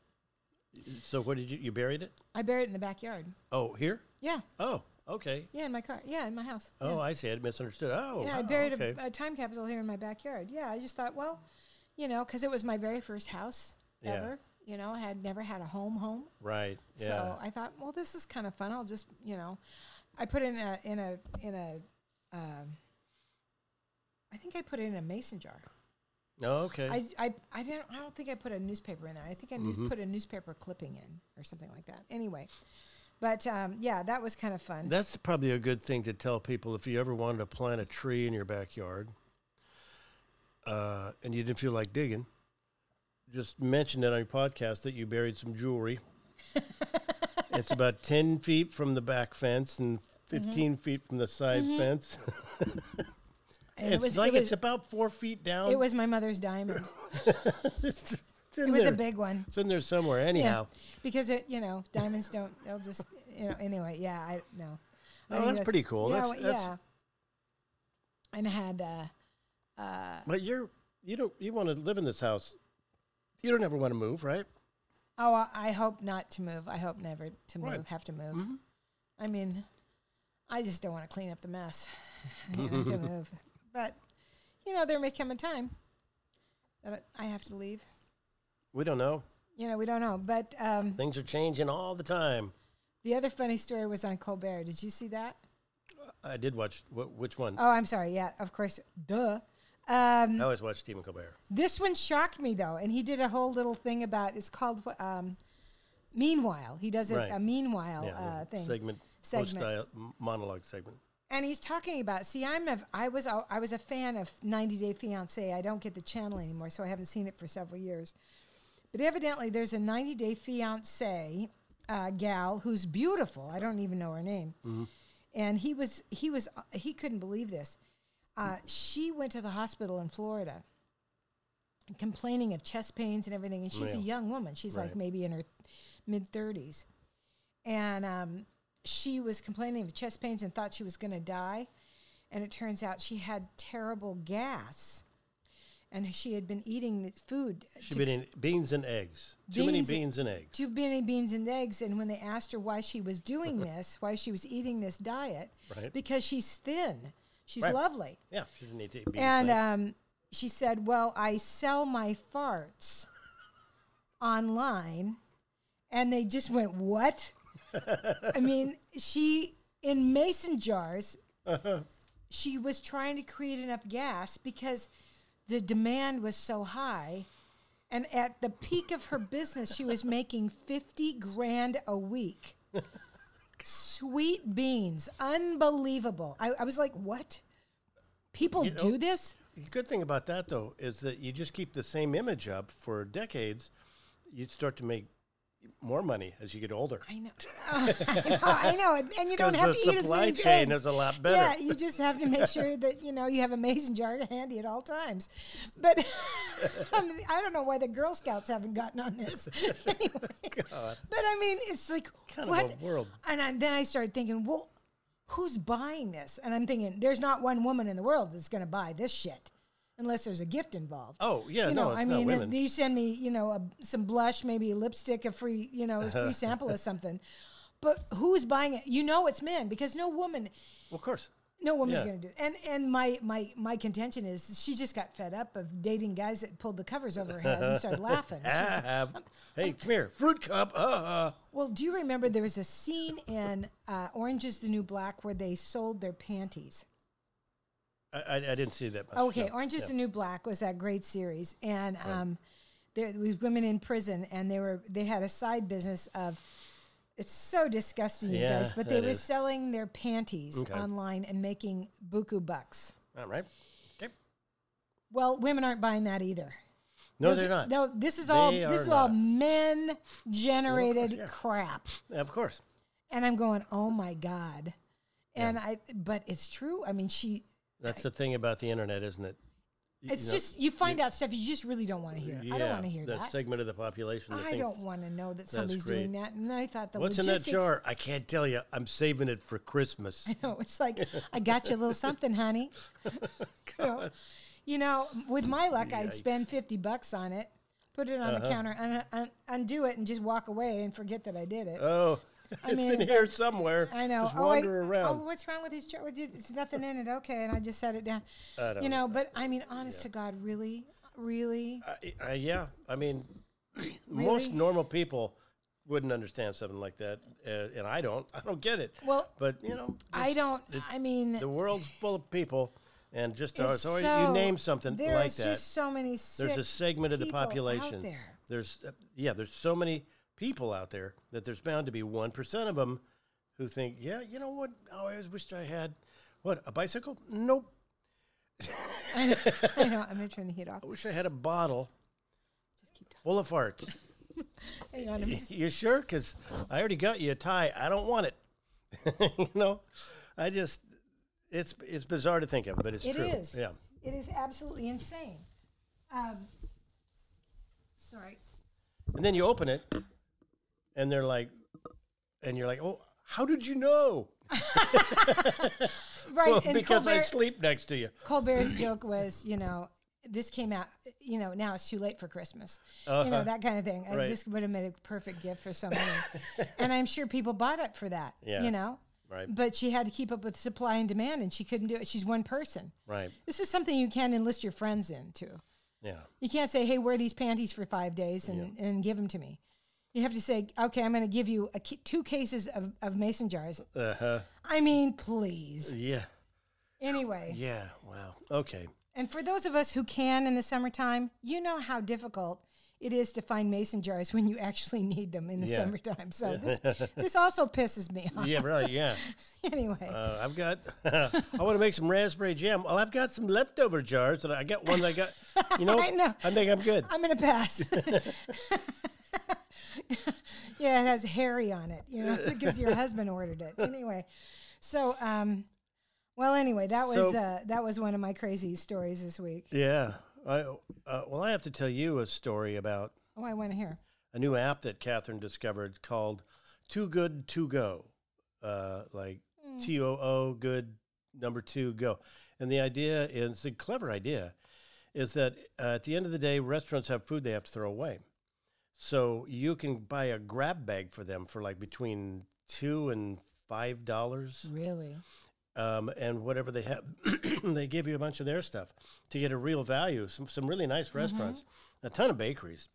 B: so where did you you buried it
A: I buried it in the backyard.
B: oh here
A: Yeah,
B: oh okay
A: yeah, in my car. Yeah, in my house.
B: oh I see I misunderstood oh
A: yeah, I
B: wow,
A: buried
B: okay.
A: a, a time capsule here in my backyard. Yeah, I just thought, well, you know, because it was my very first house
B: Yeah.
A: ever. You know, I had never had a home home.
B: right yeah
A: So I thought, well, this is kind of fun. I'll just, you know, I put in a in a in a, um, I think I put it in a mason jar.
B: oh okay
A: I, I, I didn't I don't think I put a newspaper in there. I think I
B: Mm-hmm.
A: news- put a newspaper clipping in or something like that. Anyway, but um, yeah, that was kind of fun.
B: that's probably a good thing to tell people if you ever wanted to plant a tree in your backyard uh, and you didn't feel like digging just mention it on your podcast that you buried some jewelry it's about 10 feet from the back fence and 15
A: Mm-hmm.
B: feet from the side fence
A: And
B: it's
A: it was
B: like
A: it was,
B: it's about four feet down
A: it was my mother's diamond.
B: it's, it's in
A: It was
B: there.
A: a big one.
B: it's in there somewhere anyhow
A: because it you know diamonds don't they'll just you know anyway yeah I no. I
B: Oh,
A: think
B: that's pretty cool.
A: Yeah,
B: That's- that's-
A: yeah. And I had uh, uh,
B: but you're you don't you want to live in this house you don't ever want to move right
A: Oh, I- I hope not to move. I hope never to move,
B: Right. Mm-hmm.
A: have to move. I mean, I just don't want to clean up the mess you know, to move. But, you know, there may come a time that I have to leave.
B: we don't know
A: You know, we don't know. But um,
B: things are changing all the time
A: the other funny story was on Colbert. Did you see that?
B: I did watch wh- which one?
A: Oh, I'm sorry. Yeah, of course. Duh.
B: I
A: Um,
B: always watch Stephen Colbert.
A: This one shocked me though, and he did a whole little thing about it's called um, "Meanwhile." He does a,
B: Right.
A: a "Meanwhile"
B: Yeah,
A: uh,
B: the
A: thing.
B: segment,
A: Segment.
B: Post dial, m- monologue segment.
A: and he's talking about see i'm a i was a, i was a fan of 90 day fiance i don't get the channel anymore so i haven't seen it for several years but evidently there's a 90 day fiance uh, gal who's beautiful i don't even know her name
B: Mm-hmm.
A: and he was he was he couldn't believe this uh, she went to the hospital in florida complaining of chest pains and everything and she's a
B: Yeah.
A: young woman she's like
B: Right.
A: maybe in her mid 30s and um, she was complaining of chest pains and thought she was going to die. And it turns out she had terrible gas, and she had been eating the food
B: She's been in beans and eggs. Too many beans and eggs.
A: too many beans and eggs. And when they asked her why she was doing this, why she was eating this diet,
B: Right.
A: because she's thin. She's
B: Right.
A: lovely.
B: Yeah, E she didn't need to be.
A: And
B: like,
A: um, she said, Well, I sell my farts online. And they just went, What? I mean, she, in mason jars, she was trying to create enough gas because the demand was so high. And at the peak of her business, she was making 50 grand a week. Sweet beans. Unbelievable. I, I was like, What? People
B: know-
A: do this?
B: the good thing about that though is that you just keep the same image up for decades. You start to make more money as you get older.
A: I know. I know. And, and you don't
B: 'Cause the
A: have to eat as
B: supply
A: many
B: chain
A: pigs.
B: is a lot
A: Yeah,
B: better.
A: you just have to make sure that you know you have a mason jar handy at all times. But I, mean, I don't know why the Girl Scouts haven't gotten on this. Anyway, but I mean, it's like
B: Kind of
A: what
B: a world.
A: And I, then I started thinking, well, who's buying this? And I'm thinking, there's not one woman in the world that's going to buy this shit unless there's a gift involved
B: Oh yeah,
A: you
B: no,
A: know,
B: it's
A: I
B: not
A: mean,
B: women.
A: you send me, you know, a, some blush, maybe a lipstick, a free, you know, a free sample of something. But who is buying it? You know, it's men because no woman,
B: well, of course.
A: no woman's
B: Yeah.
A: going to do. It. And and my my my contention is she just got fed up of dating guys that pulled the covers over her head and started laughing.
B: I
A: She's-
B: Ah, have. Hey, come here, fruit cup. Uh, uh.
A: well, do you remember there was a scene in uh, Orange Is the New Black where they sold their panties?
B: I, I, I didn't see that much.
A: Okay,
B: no.
A: Orange is the New Black was that great series, and um, there was women in prison, and they were they had a side business of. It's so disgusting, you guys.
B: Yeah,
A: But they
B: that
A: were
B: is.
A: selling their panties
B: Okay.
A: online and making buku bucks.
B: All right. Okay.
A: Well, women aren't buying that either.
B: No,
A: Those-
B: they're not.
A: No, this is all
B: They
A: this
B: are
A: is all
B: not. Oh,
A: men generated
B: yeah.
A: crap.
B: Of course.
A: And I'm going, oh my god. And I, but it's true. I mean, she.
B: That's the thing about the internet, isn't it? Y-
A: It's
B: you know,
A: just you find out stuff you just really don't want to hear. I don't
B: yeah,
A: want to hear
B: the
A: that.
B: segment of the population. That
A: I
B: thinks,
A: don't want to know that somebody's doing
B: great.
A: that. And then I thought the
B: What's
A: logistics.
B: in that jar? I can't tell you. I'm saving it for Christmas.
A: No, it's like I got you a little something, honey. You know, you know, with my luck, I'd spend fifty bucks on it, put it
B: Uh-huh.
A: on the counter, un- un- undo it, and just walk away and forget that I did it.
B: Oh, it's
A: mean,
B: in
A: it's
B: here somewhere.
A: I know.
B: Just
A: oh, I-
B: wander around.
A: Oh, what's wrong with his jar? Well, did- It's nothing in it. Okay, and I just set it down.
B: I don't
A: You know, but I mean, honest to God, really, really.
B: I, I, yeah, I mean, most normal people wouldn't understand something like that, uh, and I don't. I don't get it.
A: Well,
B: but you know,
A: I
B: it's-
A: don't.
B: it-
A: I mean,
B: The world's full of people, and just uh,
A: it's
B: so
A: so-
B: you name something
A: there's
B: like that.
A: just so many.
B: there's
A: sick
B: a segment of the
A: people out
B: population.
A: there.
B: There's uh, yeah, there's so many people out there that there's bound to be one percent of them who think, yeah, you know what? Oh, I always wished I had what a bicycle. Nope,
A: I know. I know. I'm gonna turn the heat off.
B: I wish I had a bottle
A: Just keep
B: full of farts.
A: talking. Hang on. I'm just-
B: you sure? Because I already got you a tie. I don't want it. you know, I just it's it's bizarre to think of, but it's
A: It
B: true.
A: is.
B: Yeah.
A: It is absolutely insane. Um, sorry.
B: And then you open it, and they're like, and you're like, oh, how did you know?
A: Right.
B: Well,
A: and
B: because I
A: Colbert,
B: sleep next to you.
A: Colbert's joke was, you know, this came out, you know, now it's too late for Christmas. You know, that kind of thing. Uh,
B: Right.
A: this would have been a perfect gift for somebody. and I'm sure people bought it for that,
B: Yeah.
A: you know?
B: Right.
A: But she had to keep up with supply and demand, and she couldn't do it. She's one person.
B: Right.
A: This is something you can enlist your friends into.
B: Yeah.
A: You can't say, "Hey, wear these panties for five days and, and give them to me." You have to say, "Okay, I'm going to give you a ki- two cases of, of mason jars."
B: Uh huh.
A: I mean, please.
B: Yeah.
A: Anyway,
B: Yeah. Wow. Okay.
A: and for those of us who can in the summertime, you know how difficult it is to find mason jars when you actually need them in the
B: Yeah.
A: summertime. So this this also pisses me off.
B: Yeah. Right. Yeah.
A: anyway,
B: Uh, I've got. I want to make some raspberry jam. Well, I've got some leftover jars, and I got one that I got. You know.
A: I know.
B: I think I'm good.
A: I'm going to pass. yeah, it has Harry on it, you know, because your husband ordered it. Anyway, so um, well, anyway, that was
B: So-
A: uh, that was one of my crazy stories this week.
B: Yeah. I uh, well, I have to tell you a story about
A: Oh, I want to hear.
B: a new app that Catherine discovered called Too Good To Go, uh, like T O O good number two go, and the idea is it's a clever idea, is that uh, at the end of the day, restaurants have food they have to throw away, so you can buy a grab bag for them for like between two and five dollars
A: Really?
B: um, and whatever they have, they give you a bunch of their stuff to get a real value. Some some really
A: Mm-hmm.
B: nice restaurants, a ton of bakeries,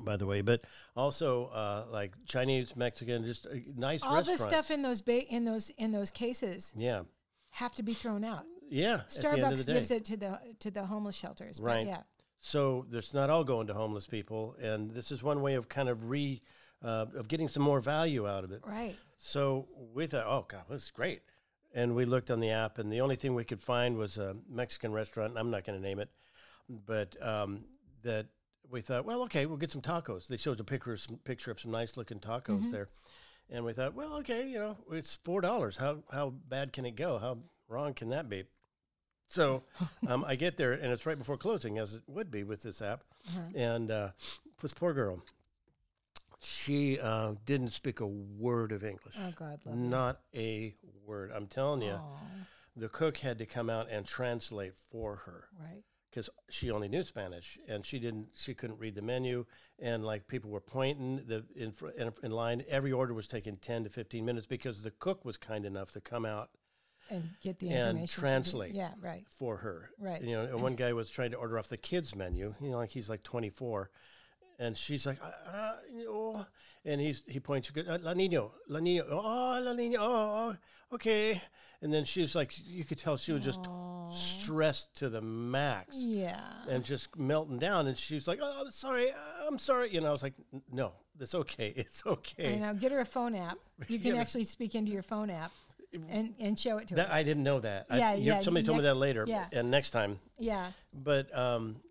B: by the way, but also uh, like Chinese, Mexican, just uh, nice
A: All the
B: restaurants.
A: stuff in those ba- in those in those cases
B: yeah,
A: have to be thrown out.
B: yeah. at the end of the
A: Starbucks
B: day.
A: gives it to the to the homeless shelters. but
B: Right.
A: yeah.
B: So there's not all going to homeless people, and this is one way of kind of re uh, of getting some more value out of it.
A: Right.
B: So we thought, oh god, this is great, and we looked on the app, and the only thing we could find was a Mexican restaurant. and I'm not going to name it, but um, that we thought, well, okay, we'll get some tacos. They showed a picture of some, picture of some nice looking tacos there, and we thought, well, okay, you know, it's four dollars. How how bad can it go? How wrong can that be? So um, I get there, and it's right before closing, as it would be with this app. And uh, this poor girl, she uh, didn't speak a word of English.
A: Oh God, love it.
B: Not a word. I'm telling you,
A: Aw,
B: the cook had to come out and translate for her
A: right.
B: because she only knew Spanish and she didn't. She couldn't read the menu, and like people were pointing the in, fr- in, in line. Every order was taking ten to fifteen minutes because the cook was kind enough to come out
A: And get the
B: And
A: information. from the-
B: translate.
A: Yeah. Right.
B: for her.
A: Right.
B: You know, and one guy was trying to order off the kids menu. You know, like he's like 24, and she's like, uh, uh, oh, and he's he points, "Uh, La Nino, La Nino, oh, La Nino, oh, oh, okay. And then she's like, you could tell she was just stressed to the max
A: Yeah.
B: and just melting down. And she's like, oh, I'm sorry, I'm sorry. You know, I was like, "N- no, it's okay, it's okay.
A: And now get her a phone app. You
B: Yeah,
A: can
B: but-
A: actually speak into your phone app and, and show it to her.
B: That, I didn't know that. I-
A: Yeah,
B: you-
A: yeah,
B: Somebody told me
A: next-
B: that later.
A: yeah.
B: And next time,
A: Yeah.
B: but um,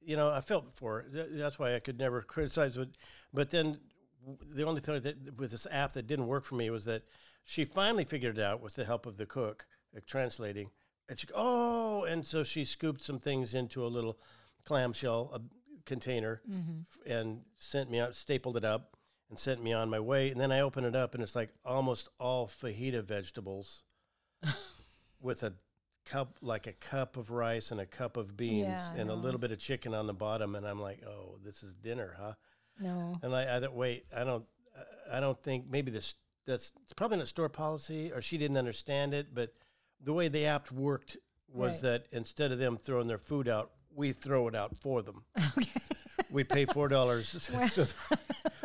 B: you know, I felt for it. Th- That's why I could never criticize it. But then w- the only thing that with this app that didn't work for me was that she finally figured it out with the help of the cook uh, translating. And she, oh, and so she scooped some things into a little clamshell uh container f- and sent me out, stapled it up, and sent me on my way. And then I open it up, and it's like almost all fajita vegetables with a cup like a cup of rice and a cup of beans
A: Yeah, I
B: and a
A: know.
B: little bit of chicken on the bottom and i'm like oh this is dinner huh
A: No.
B: and i, I don't- wait i don't I- i don't think maybe this that's it's probably not store policy or she didn't understand it but the way the app worked was
A: Right.
B: that instead of them throwing their food out we throw it out for them
A: Okay.
B: we pay four dollars. so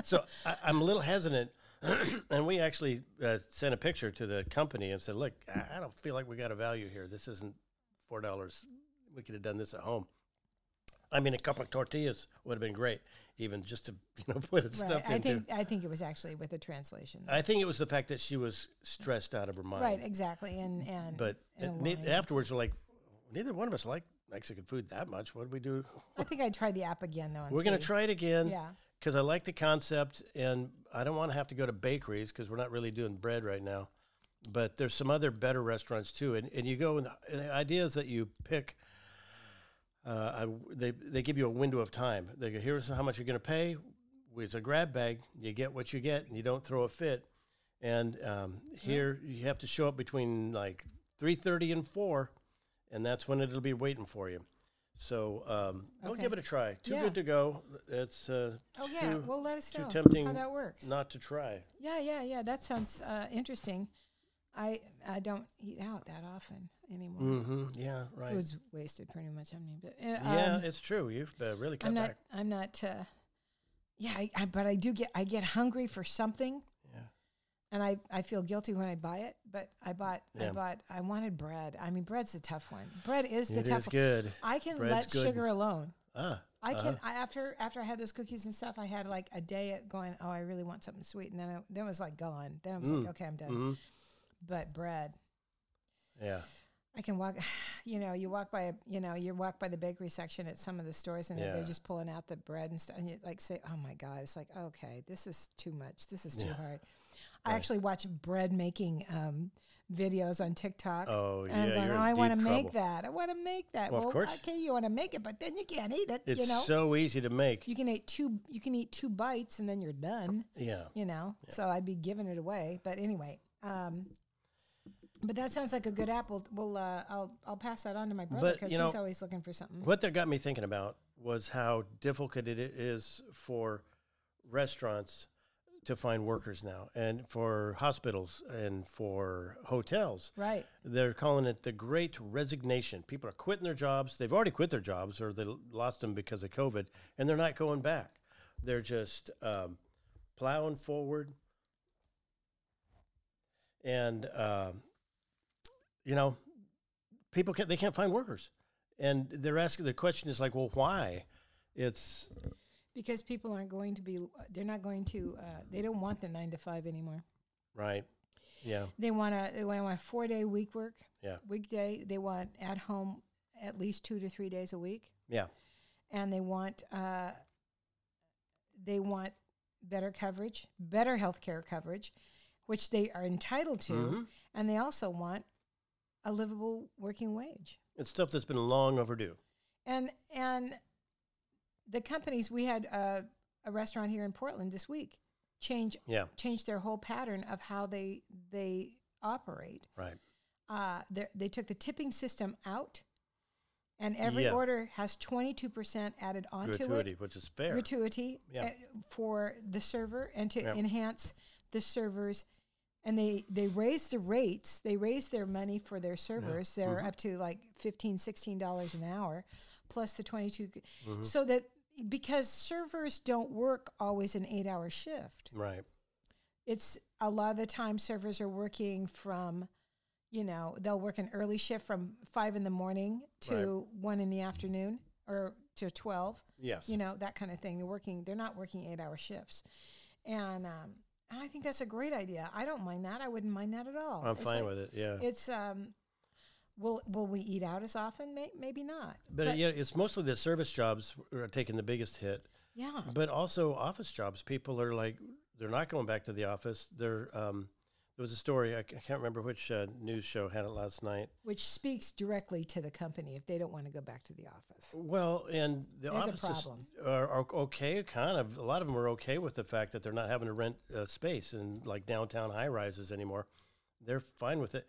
B: so I, I'm a little hesitant, and we actually uh, sent a picture to the company and said, "Look, I, I don't feel like we got a value here. This isn't four dollars. We could have done this at home." I mean, a couple of tortillas would have been great, even just to you know put its
A: Right.
B: stuff
A: I
B: into.
A: think I think it was actually with a translation.
B: I think it was the fact that she was stressed out of her mind.
A: right. Exactly. And and
B: But
A: and
B: it- ne-
A: a line.
B: afterwards, we're like, neither one of us liked Mexican food that much. What did we do?
A: I think I tried the app again though. and
B: We're going to
A: see.
B: try it again.
A: Yeah.
B: Because I like the concept, and I don't want to have to go to bakeries because we're not really doing bread right now. But there's some other better restaurants too, and, and you go and the, and the idea is that you pick. Uh, I w they they give you a window of time. They go, here's how much you're going to pay. It's a grab bag. You get what you get, and you don't throw a fit. And um, here you have to show up between like three thirty and four, and that's when it'll be waiting for you. So um, we'll
A: Okay.
B: give it a try. Too
A: Yeah.
B: good to go. It's uh,
A: Oh yeah.
B: too
A: well, let us
B: too
A: know how
B: tempting
A: that works.
B: not to try.
A: Yeah, yeah, yeah. That sounds uh, interesting. I I don't eat out that often anymore.
B: Mm-hmm. Yeah, right.
A: Food's wasted pretty much on me. But uh,
B: yeah,
A: um,
B: it's true. You've uh, really cut
A: I'm not.
B: back.
A: I'm not. Uh, yeah, I, I, but I do get I get hungry for something,
B: Yeah.
A: and I, I feel guilty when I buy it. But I bought I
B: Yeah.
A: bought I wanted bread. I mean, bread's the tough one. Bread is the
B: It
A: tough
B: is
A: one.
B: good.
A: I can
B: Bread's
A: let
B: good.
A: sugar alone.
B: Ah,
A: I
B: uh-huh.
A: can I, after after I had those cookies and stuff. I had like a day at going. Oh, I really want something sweet, and then I, then it was like gone. Then I was
B: Mm.
A: like, okay, I'm done.
B: Mhm.
A: But bread,
B: Yeah.
A: I can walk. You know, you walk by a, you know, you walk by the bakery section at some of the stores, and they're
B: Yeah.
A: just pulling out the bread and stuff. And you like say, "Oh my god!" It's like, okay, this is too much. This is too
B: Yeah.
A: hard. I actually watch bread making um, videos on TikTok.
B: Oh,
A: and I'm
B: yeah,
A: going,
B: you're
A: oh,
B: in
A: I wanna
B: deep
A: make
B: trouble."
A: that. I want to make that.
B: Well, of course.
A: okay, you want to make it, but then you can't eat it.
B: It's
A: you know,
B: so easy to make.
A: you can eat two. You can eat two bites, and then you're done
B: yeah.
A: you know. So I'd be giving it away. But anyway, um, but that sounds like a good app. We'll, we'll uh, I'll I'll pass that on to my brother
B: But,
A: because
B: you
A: he's
B: know,
A: always looking for something.
B: What that got me thinking about was how difficult it i- is for restaurants to find workers now, and for hospitals and for hotels.
A: Right.
B: They're calling it the Great Resignation. People are quitting their jobs. They've already quit their jobs, or they l- lost them because of COVID, and they're not going back. They're just um, plowing forward, and um, you know, people can't. They can't find workers, and they're asking. The question is like, well, why? It's
A: Because people aren't going to be, they're not going to, uh, they don't want the nine to five anymore.
B: right. Yeah.
A: They want to, they want a four day week work,
B: Yeah.
A: weekday. They want at home at least two to three days a week.
B: Yeah.
A: And they want, uh, they want better coverage, better health care coverage, which they are entitled to. And they also want a livable working wage.
B: It's stuff that's been long overdue.
A: and and the companies we had a, a restaurant here in Portland this week change
B: Yeah,
A: change their whole pattern of how they they operate.
B: right.
A: Uh, they're- they took the tipping system out, and every
B: Yeah.
A: order has twenty two percent added onto
B: Gratuity,
A: it
B: which is fair.
A: gratuity
B: Yeah.
A: uh, for the server and to
B: Yeah.
A: enhance the servers. And they, they raise the rates. They raise their money for their servers. They're
B: Mm-hmm.
A: up to like $15, $16 an hour, plus the 22. g-
B: Mm-hmm.
A: So that because servers don't work always an eight hour shift,
B: right.
A: it's a lot of the time servers are working from, you know, they'll work an early shift from five in the morning to one in the afternoon or to 12
B: Yes.
A: you know that kind of thing they're working they're not working eight hour shifts and um and i think that's a great idea i don't mind that i wouldn't mind that at all
B: I'm fine with it. Yeah.
A: it's um will will we eat out as often May, maybe not
B: but, yeah, it's mostly the service jobs are taking the biggest hit.
A: yeah
B: But also office jobs. People are like, they're not going back to the office. They're, um, there was a story, I, c- I can't remember which uh, news show had it last night.
A: which speaks directly to the company if they don't want to go back to the office
B: Well, and the
A: There's a
B: offices
A: problem.
B: are, are okay, kind of. A lot of them are okay with the fact that they're not having to rent uh, space in like downtown high rises anymore. They're fine with it.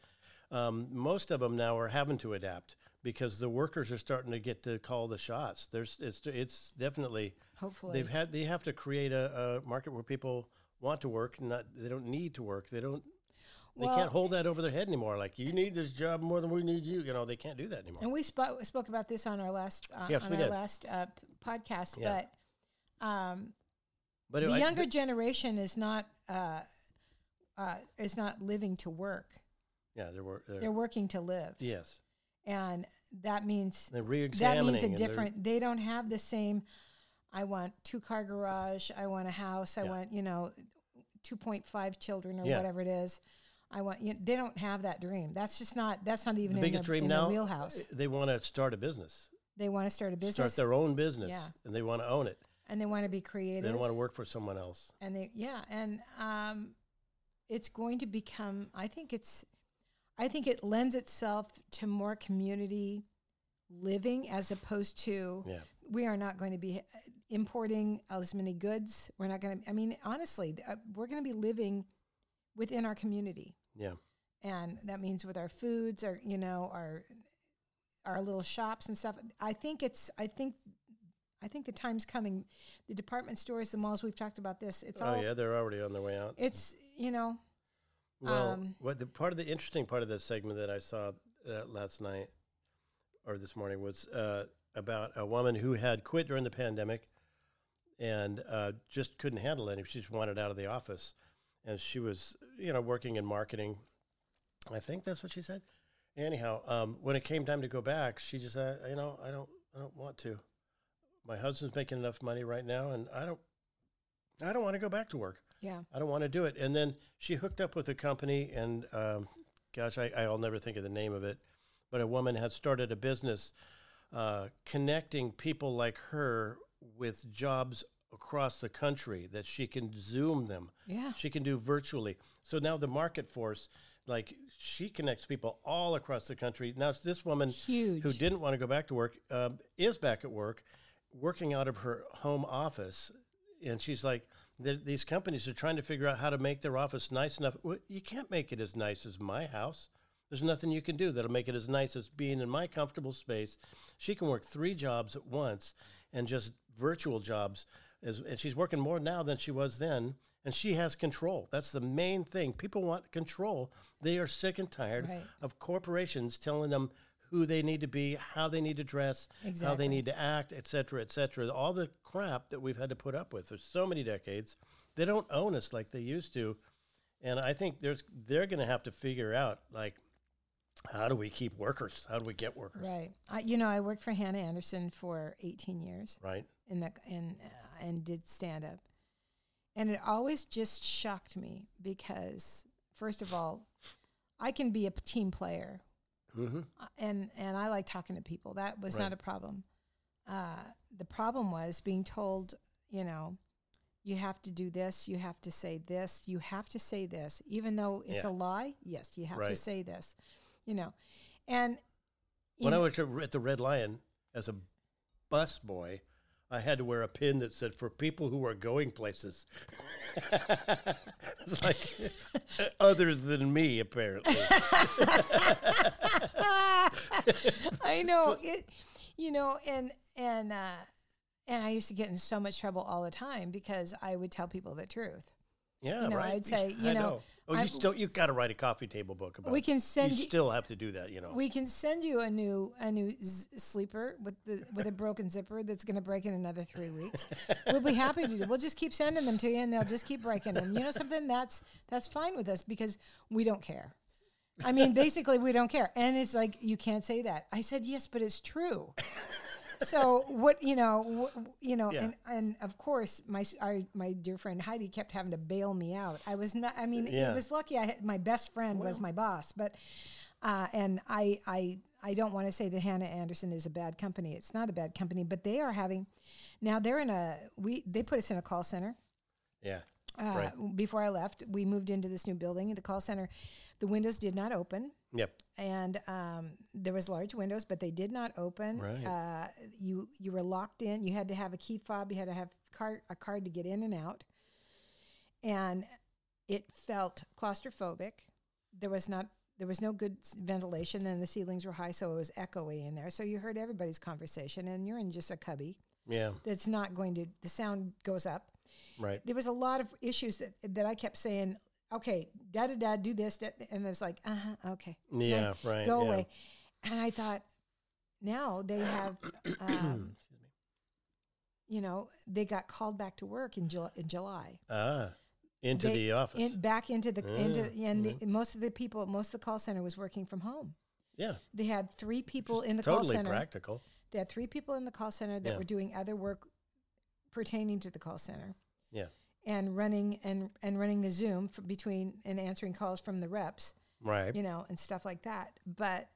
B: Um, most of them now are having to adapt because the workers are starting to get to call the shots. There's it's it's definitely
A: hopefully
B: they've had they have to create a, a market where people want to work, not they don't need to work. They don't. They
A: Well-
B: can't hold that over their head anymore. Like you need this job more than we need you. You know they can't do that anymore.
A: and we spoke spoke about this on our last uh,
B: Yes,
A: on
B: we
A: our
B: did.
A: last uh, p- podcast
B: Yeah.
A: but um
B: But
A: the
B: I-
A: younger
B: th-
A: generation is not uh, uh, is not living to work
B: yeah, there were there-
A: they're working to live
B: yes.
A: and that means
B: They're re-examining.
A: that means a
B: and they're-
A: different they don't have the same i want two car garage i want a house i
B: Yeah.
A: want you know 2.5 children or
B: Yeah.
A: whatever it is i want you they don't have that dream that's just not that's not even
B: The
A: in,
B: biggest
A: the,
B: dream
A: in
B: now.
A: the wheelhouse
B: uh, They want to start a business,
A: they want to start a business
B: start their own business,
A: Yeah.
B: and they want to own it.
A: and they want to be
B: They
A: creative
B: don't want to work for someone else.
A: and they yeah and um, it's going to become i think it's i think it lends itself to more community living as opposed to
B: Yeah.
A: we are not going to be uh, importing as many goods we're not going to i mean honestly th- uh, we're going to be living within our community
B: Yeah.
A: and that means with our foods our you know our our little shops and stuff i think it's i think i think the time's coming the department stores the malls we've talked about this it's
B: oh
A: all
B: yeah, they're already on their way out.
A: it's you know
B: Well,
A: um,
B: what the part of the interesting part of this segment that I saw uh, last night or this morning was uh, about a woman who had quit during the pandemic and uh, just couldn't handle it. She just wanted out of the office, and she was, you know, working in marketing. I think that's what she said. Anyhow, um, when it came time to go back, she just said, "You know, I don't, I don't want to. My husband's making enough money right now, and I don't, I don't want to go back to work."
A: yeah
B: I don't want to do it. And then she hooked up with a company, and um, gosh, I, I'll never think of the name of it, but a woman had started a business uh, connecting people like her with jobs across the country that she can Zoom them.
A: yeah
B: She can do virtually. So now the market force, like she connects people all across the country. Now it's this woman
A: huge
B: who didn't want to go back to work um, is back at work, working out of her home office, and she's like, "Th- "These companies are trying to figure out how to make their office nice enough. Well, you can't make it as nice as my house. There's nothing you can do that'll make it as nice as being in my comfortable space. She can work three jobs at once, and just virtual jobs, as, and she's working more now than she was then." And she has control. That's the main thing. People want control. They are sick and tired
A: Right.
B: of corporations telling them who they need to be, how they need to dress, how
A: Exactly.
B: they need to act, et cetera, et cetera. All the crap that we've had to put up with for so many decades. They don't own us like they used to. And I think there's they're going to have to figure out like how do we keep workers? How do we get workers?
A: Right. I, you know, I worked for Hannah Anderson for 18 years
B: Right?
A: in the and uh, and did stand up, and it always just shocked me because first of all, I can be a p- team player,
B: Mm-hmm.
A: uh, and and I like talking to people. That was
B: Right.
A: not a problem. Uh, the problem was being told, you know, you have to do this, you have to say this, you have to say this, even though it's
B: Yeah.
A: a lie. Yes, you have to
B: Right.
A: say this, you know, and you
B: When I
A: know-
B: was at the Red Lion as a bus boy, I had to wear a pin that said "for people who are going places." it's like others than me, apparently.
A: I know it, you know, and and uh, and I used to get in so much trouble all the time because I would tell people the truth.
B: Yeah,
A: You know,
B: right.
A: I'd say, you
B: I
A: know,
B: Oh, you
A: I'm-
B: still you got to write a coffee table book about.
A: We
B: it.
A: can send
B: You
A: you-
B: still have to do that, you know.
A: We can send you a new a new z- sleeper with the with a broken zipper that's going to break in another three weeks. we'll be happy to do. We'll just keep sending them to you, and they'll just keep breaking them. You know something? That's that's fine with us because we don't care. I mean, basically, we don't care. And it's like you can't say that. I said yes, but it's true. So what you know, wh- you know,
B: Yeah.
A: and and of course, my s- our, my dear friend Heidi kept having to bail me out. I was not. I mean,
B: Yeah.
A: it was lucky. I had, my best friend was my boss, but uh, and I I I don't want to say that Hannah Anderson is a bad company. It's not a bad company, but they are having now they're in a we they put us in a call center
B: yeah.
A: uh,
B: right.
A: before I left, we moved into this new building. The call center, the windows did not open,
B: Yep.
A: and um, there was large windows, but they did not open.
B: Right.
A: Uh, you you were locked in. You had to have a key fob. You had to have card, a card to get in and out, and it felt claustrophobic. There was not there was no good s- ventilation, and the ceilings were high, so it was echoey in there. So you heard everybody's conversation, and you're in just a cubby
B: Yeah.
A: that's not going to. The sound goes up
B: Right.
A: there was a lot of issues that that I kept saying, okay, da da da, do this, da, and it's like, uh huh, okay,
B: Yeah. Right.
A: go
B: yeah.
A: away. And I thought, now they have, um, you know, they got called back to work in, Jul- in July.
B: Ah, into
A: They-
B: the office. Mm, mm-hmm.
A: in- back into the into
B: Yeah,
A: and the, most of the people, most of the call center was working from home.
B: yeah.
A: They had three people
B: Just
A: in the
B: totally
A: call center.
B: practical.
A: They had three people in the call center that
B: Yeah.
A: were doing other work pertaining to the call center.
B: Yeah.
A: and running and and running the Zoom for between and answering calls from the reps,
B: Right.
A: you know, and stuff like that. But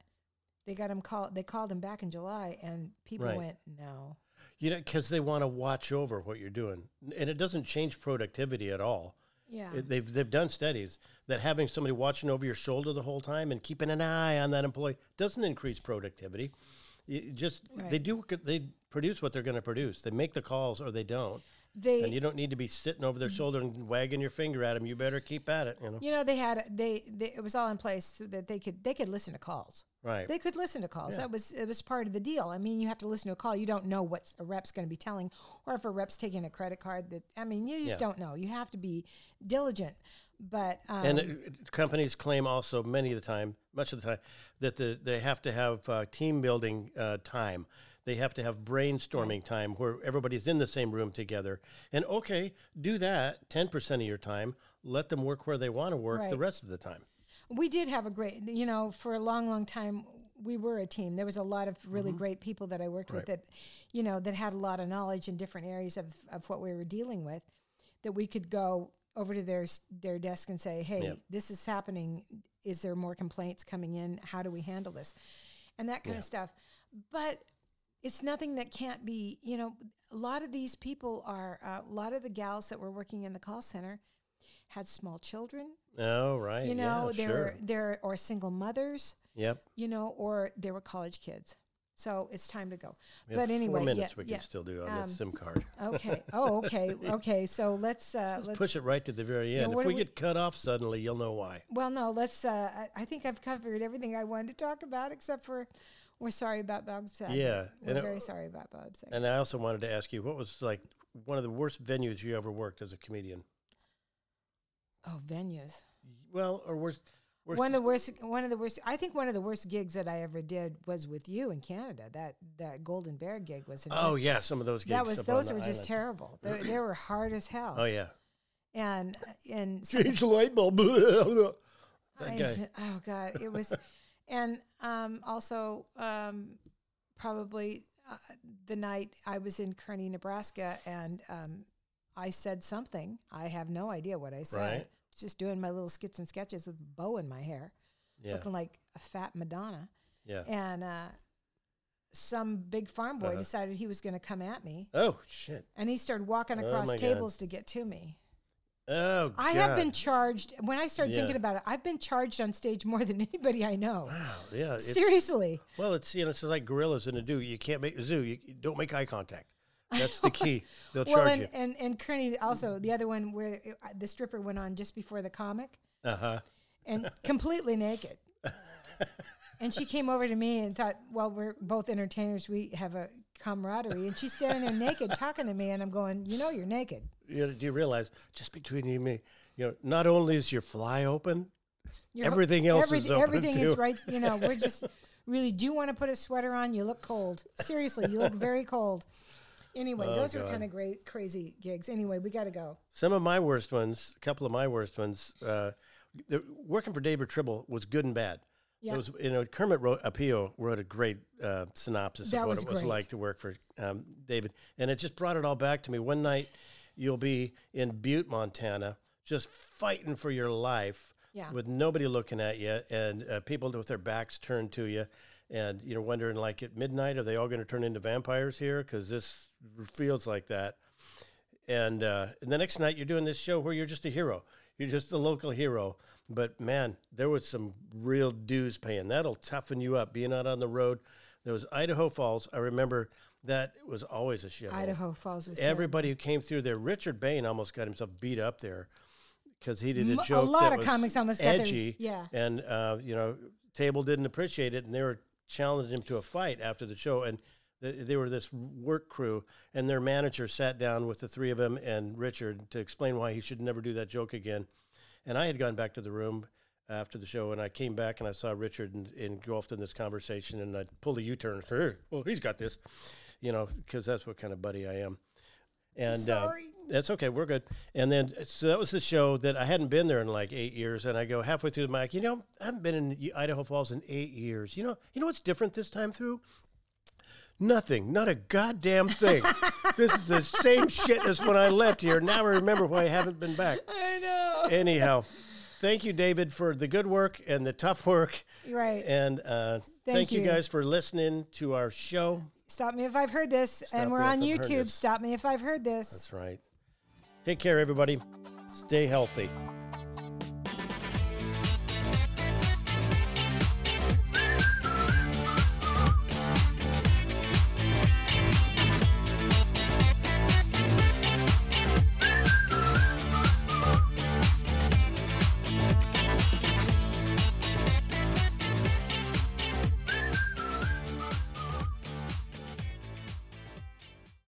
A: they got him call. They called him back in July, and people
B: Right.
A: went no.
B: You know, because they want to watch over what you're doing, N- and it doesn't change productivity at all.
A: Yeah,
B: It- they've they've done studies that having somebody watching over your shoulder the whole time and keeping an eye on that employee doesn't increase productivity. You just they
A: Right.
B: do c- they produce what they're going to produce. They make the calls or they don't,
A: they.
B: and you don't need to be sitting over their
A: Mm-hmm.
B: shoulder and wagging your finger at them. You better keep at it. You know,
A: you know they had a- they, they it was all in place so that they could they could listen to calls
B: right?
A: they could listen to calls that was it was part of the deal i mean you have to listen to a call you don't know what a rep's going to be telling or if a rep's taking a credit card that i mean you just
B: Yeah.
A: don't know you have to be diligent but um,
B: And uh, companies claim also many of the time, much of the time, that the, they have to have uh, team building uh, time. They have to have brainstorming time where everybody's in the same room together. And okay, do that 10% of your time. Let them work where they want to work the
A: Right.
B: rest of the time.
A: we did have a great you know for a long long time we were a team there was a lot of really great people that i worked with that you know that had a lot of knowledge in different areas of, of what we were dealing with that we could go over to their s- their desk and say hey
B: Yep.
A: this is happening is there more complaints coming in how do we handle this and that kind of stuff but it's nothing that can't be you know a lot of these people are uh, a lot of the gals that were working in the call center had small children
B: Oh, right.
A: you know
B: yeah,
A: there
B: sure.
A: were there or single mothers
B: Yep.
A: you know or there were college kids so it's time to go
B: We have
A: but
B: four
A: anyway yeah,
B: minutes we
A: yeah.
B: can still do on
A: Um,
B: this SIM card.
A: okay oh okay okay so let's uh let's,
B: Let's push it right to the very end.
A: what
B: if
A: do
B: we,
A: we-
B: get cut off suddenly, you'll know why.
A: well no let's uh I, I think i've covered everything i wanted to talk about except for we're sorry about bob Saget.
B: Yeah,
A: we're
B: and it-
A: very sorry about bob Saget.
B: And I also wanted to ask you, what was like one of the worst venues you ever worked as a comedian?
A: Oh, venues.
B: Well, or worse, worse
A: One of the worst. One of the worst. I think one of the worst gigs that I ever did was with you in Canada. That that Golden Bear gig was. an-
B: oh yeah, some of those gigs.
A: that was
B: up on
A: those
B: the
A: were just
B: island.
A: terrible. They, they were hard as hell.
B: Oh yeah,
A: And uh, and some-
B: change the light bulb. that
A: I
B: guy.
A: ju- oh god, it was, and um, also um, probably uh, the night I was in Kearney, Nebraska, and um, I said something. I have no idea what I said.
B: Right.
A: Just doing my little skits and sketches with a bow in my hair,
B: Yeah,
A: looking like a fat Madonna.
B: yeah.
A: And uh, some big farm boy
B: Uh-huh.
A: decided he was going to come at me,
B: Oh shit.
A: and he started walking
B: Oh,
A: across
B: my God.
A: tables to get to me.
B: Oh,
A: I have been
B: God.
A: charged. When I started
B: Yeah.
A: thinking about it, I've been charged on stage more than anybody I know.
B: Wow, yeah. it's-
A: Seriously.
B: Well, it's you know, it's like gorillas in a zoo. You can't make zoo. You you don't make eye contact. That's the key. They'll
A: Well,
B: charge
A: and, and and Kearney also the other one where it- uh, the stripper went on just before the comic
B: you. Uh huh.
A: and completely naked. And she came over to me and thought, well, we're both entertainers. We have a camaraderie. And she's standing there naked talking to me. And I'm going, you know, you're naked.
B: You know, do you realize just between you and me, you know, not only is your fly open,
A: You're ho-
B: Everything else is open,
A: Everything is
B: too.
A: right. You know, we're just really do you want to put a sweater on. You look cold. Seriously, you look very cold. Anyway, those were
B: Oh, God.
A: kind of great, crazy gigs. Anyway, we got to go.
B: some of my worst ones, a couple of my worst ones, uh, the, working for David Tribble was good and bad.
A: Yeah.
B: It was, you know, Kermit wrote, Apio wrote a great uh, synopsis
A: That
B: of what
A: was
B: it was
A: great.
B: like to work for um, David. And it just brought it all back to me. One night, you'll be in Butte, Montana, just fighting for your life
A: Yeah.
B: with nobody looking at you and uh, people with their backs turned to you. And you know, wondering like at midnight, are they all going to turn into vampires here? Because this feels like that and, uh, and the next night you're doing this show where you're just a hero. You're just a local hero. But man, there was some real dues paying. That'll toughen you up being out on the road. There was Idaho Falls. I remember that was always a shit.
A: Idaho Falls was terrible.
B: Everybody who came through there, Richard Bain almost got himself beat up there because he did
A: M-
B: a
A: a
B: joke.
A: lot
B: that
A: of
B: was
A: comics almost got their-
B: edgy.
A: yeah.
B: and uh, you know, Table didn't appreciate it, and they were challenging him to a fight after the show. And th- they were this work crew, and their manager sat down with the three of them and Richard to explain why he should never do that joke again. And I had gone back to the room after the show, and I came back and I saw Richard en- engulfed in this conversation, and I pulled a U-turn. and said, "Hey, Well, he's got this, you know, because that's what kind of buddy I am. And uh,
A: sorry.
B: that's okay. We're good. And then so that was the show that I hadn't been there in like eight years. And I go halfway through the mic, you know, I haven't been in Idaho Falls in eight years. You know, you know what's different this time through? Nothing, not a goddamn thing. this is the same shit as when I left here. Now I remember why I haven't been back.
A: I know.
B: Anyhow, thank you, David, for the good work and the tough work.
A: Right.
B: And uh,
A: Thank
B: thank, you.
A: you.
B: guys for listening to our show.
A: Stop me if I've heard this.
B: Stop
A: and we're
B: Me If
A: on
B: I've Heard
A: YouTube.
B: This.
A: Stop me if I've heard this.
B: That's right. Take care, everybody. Stay healthy.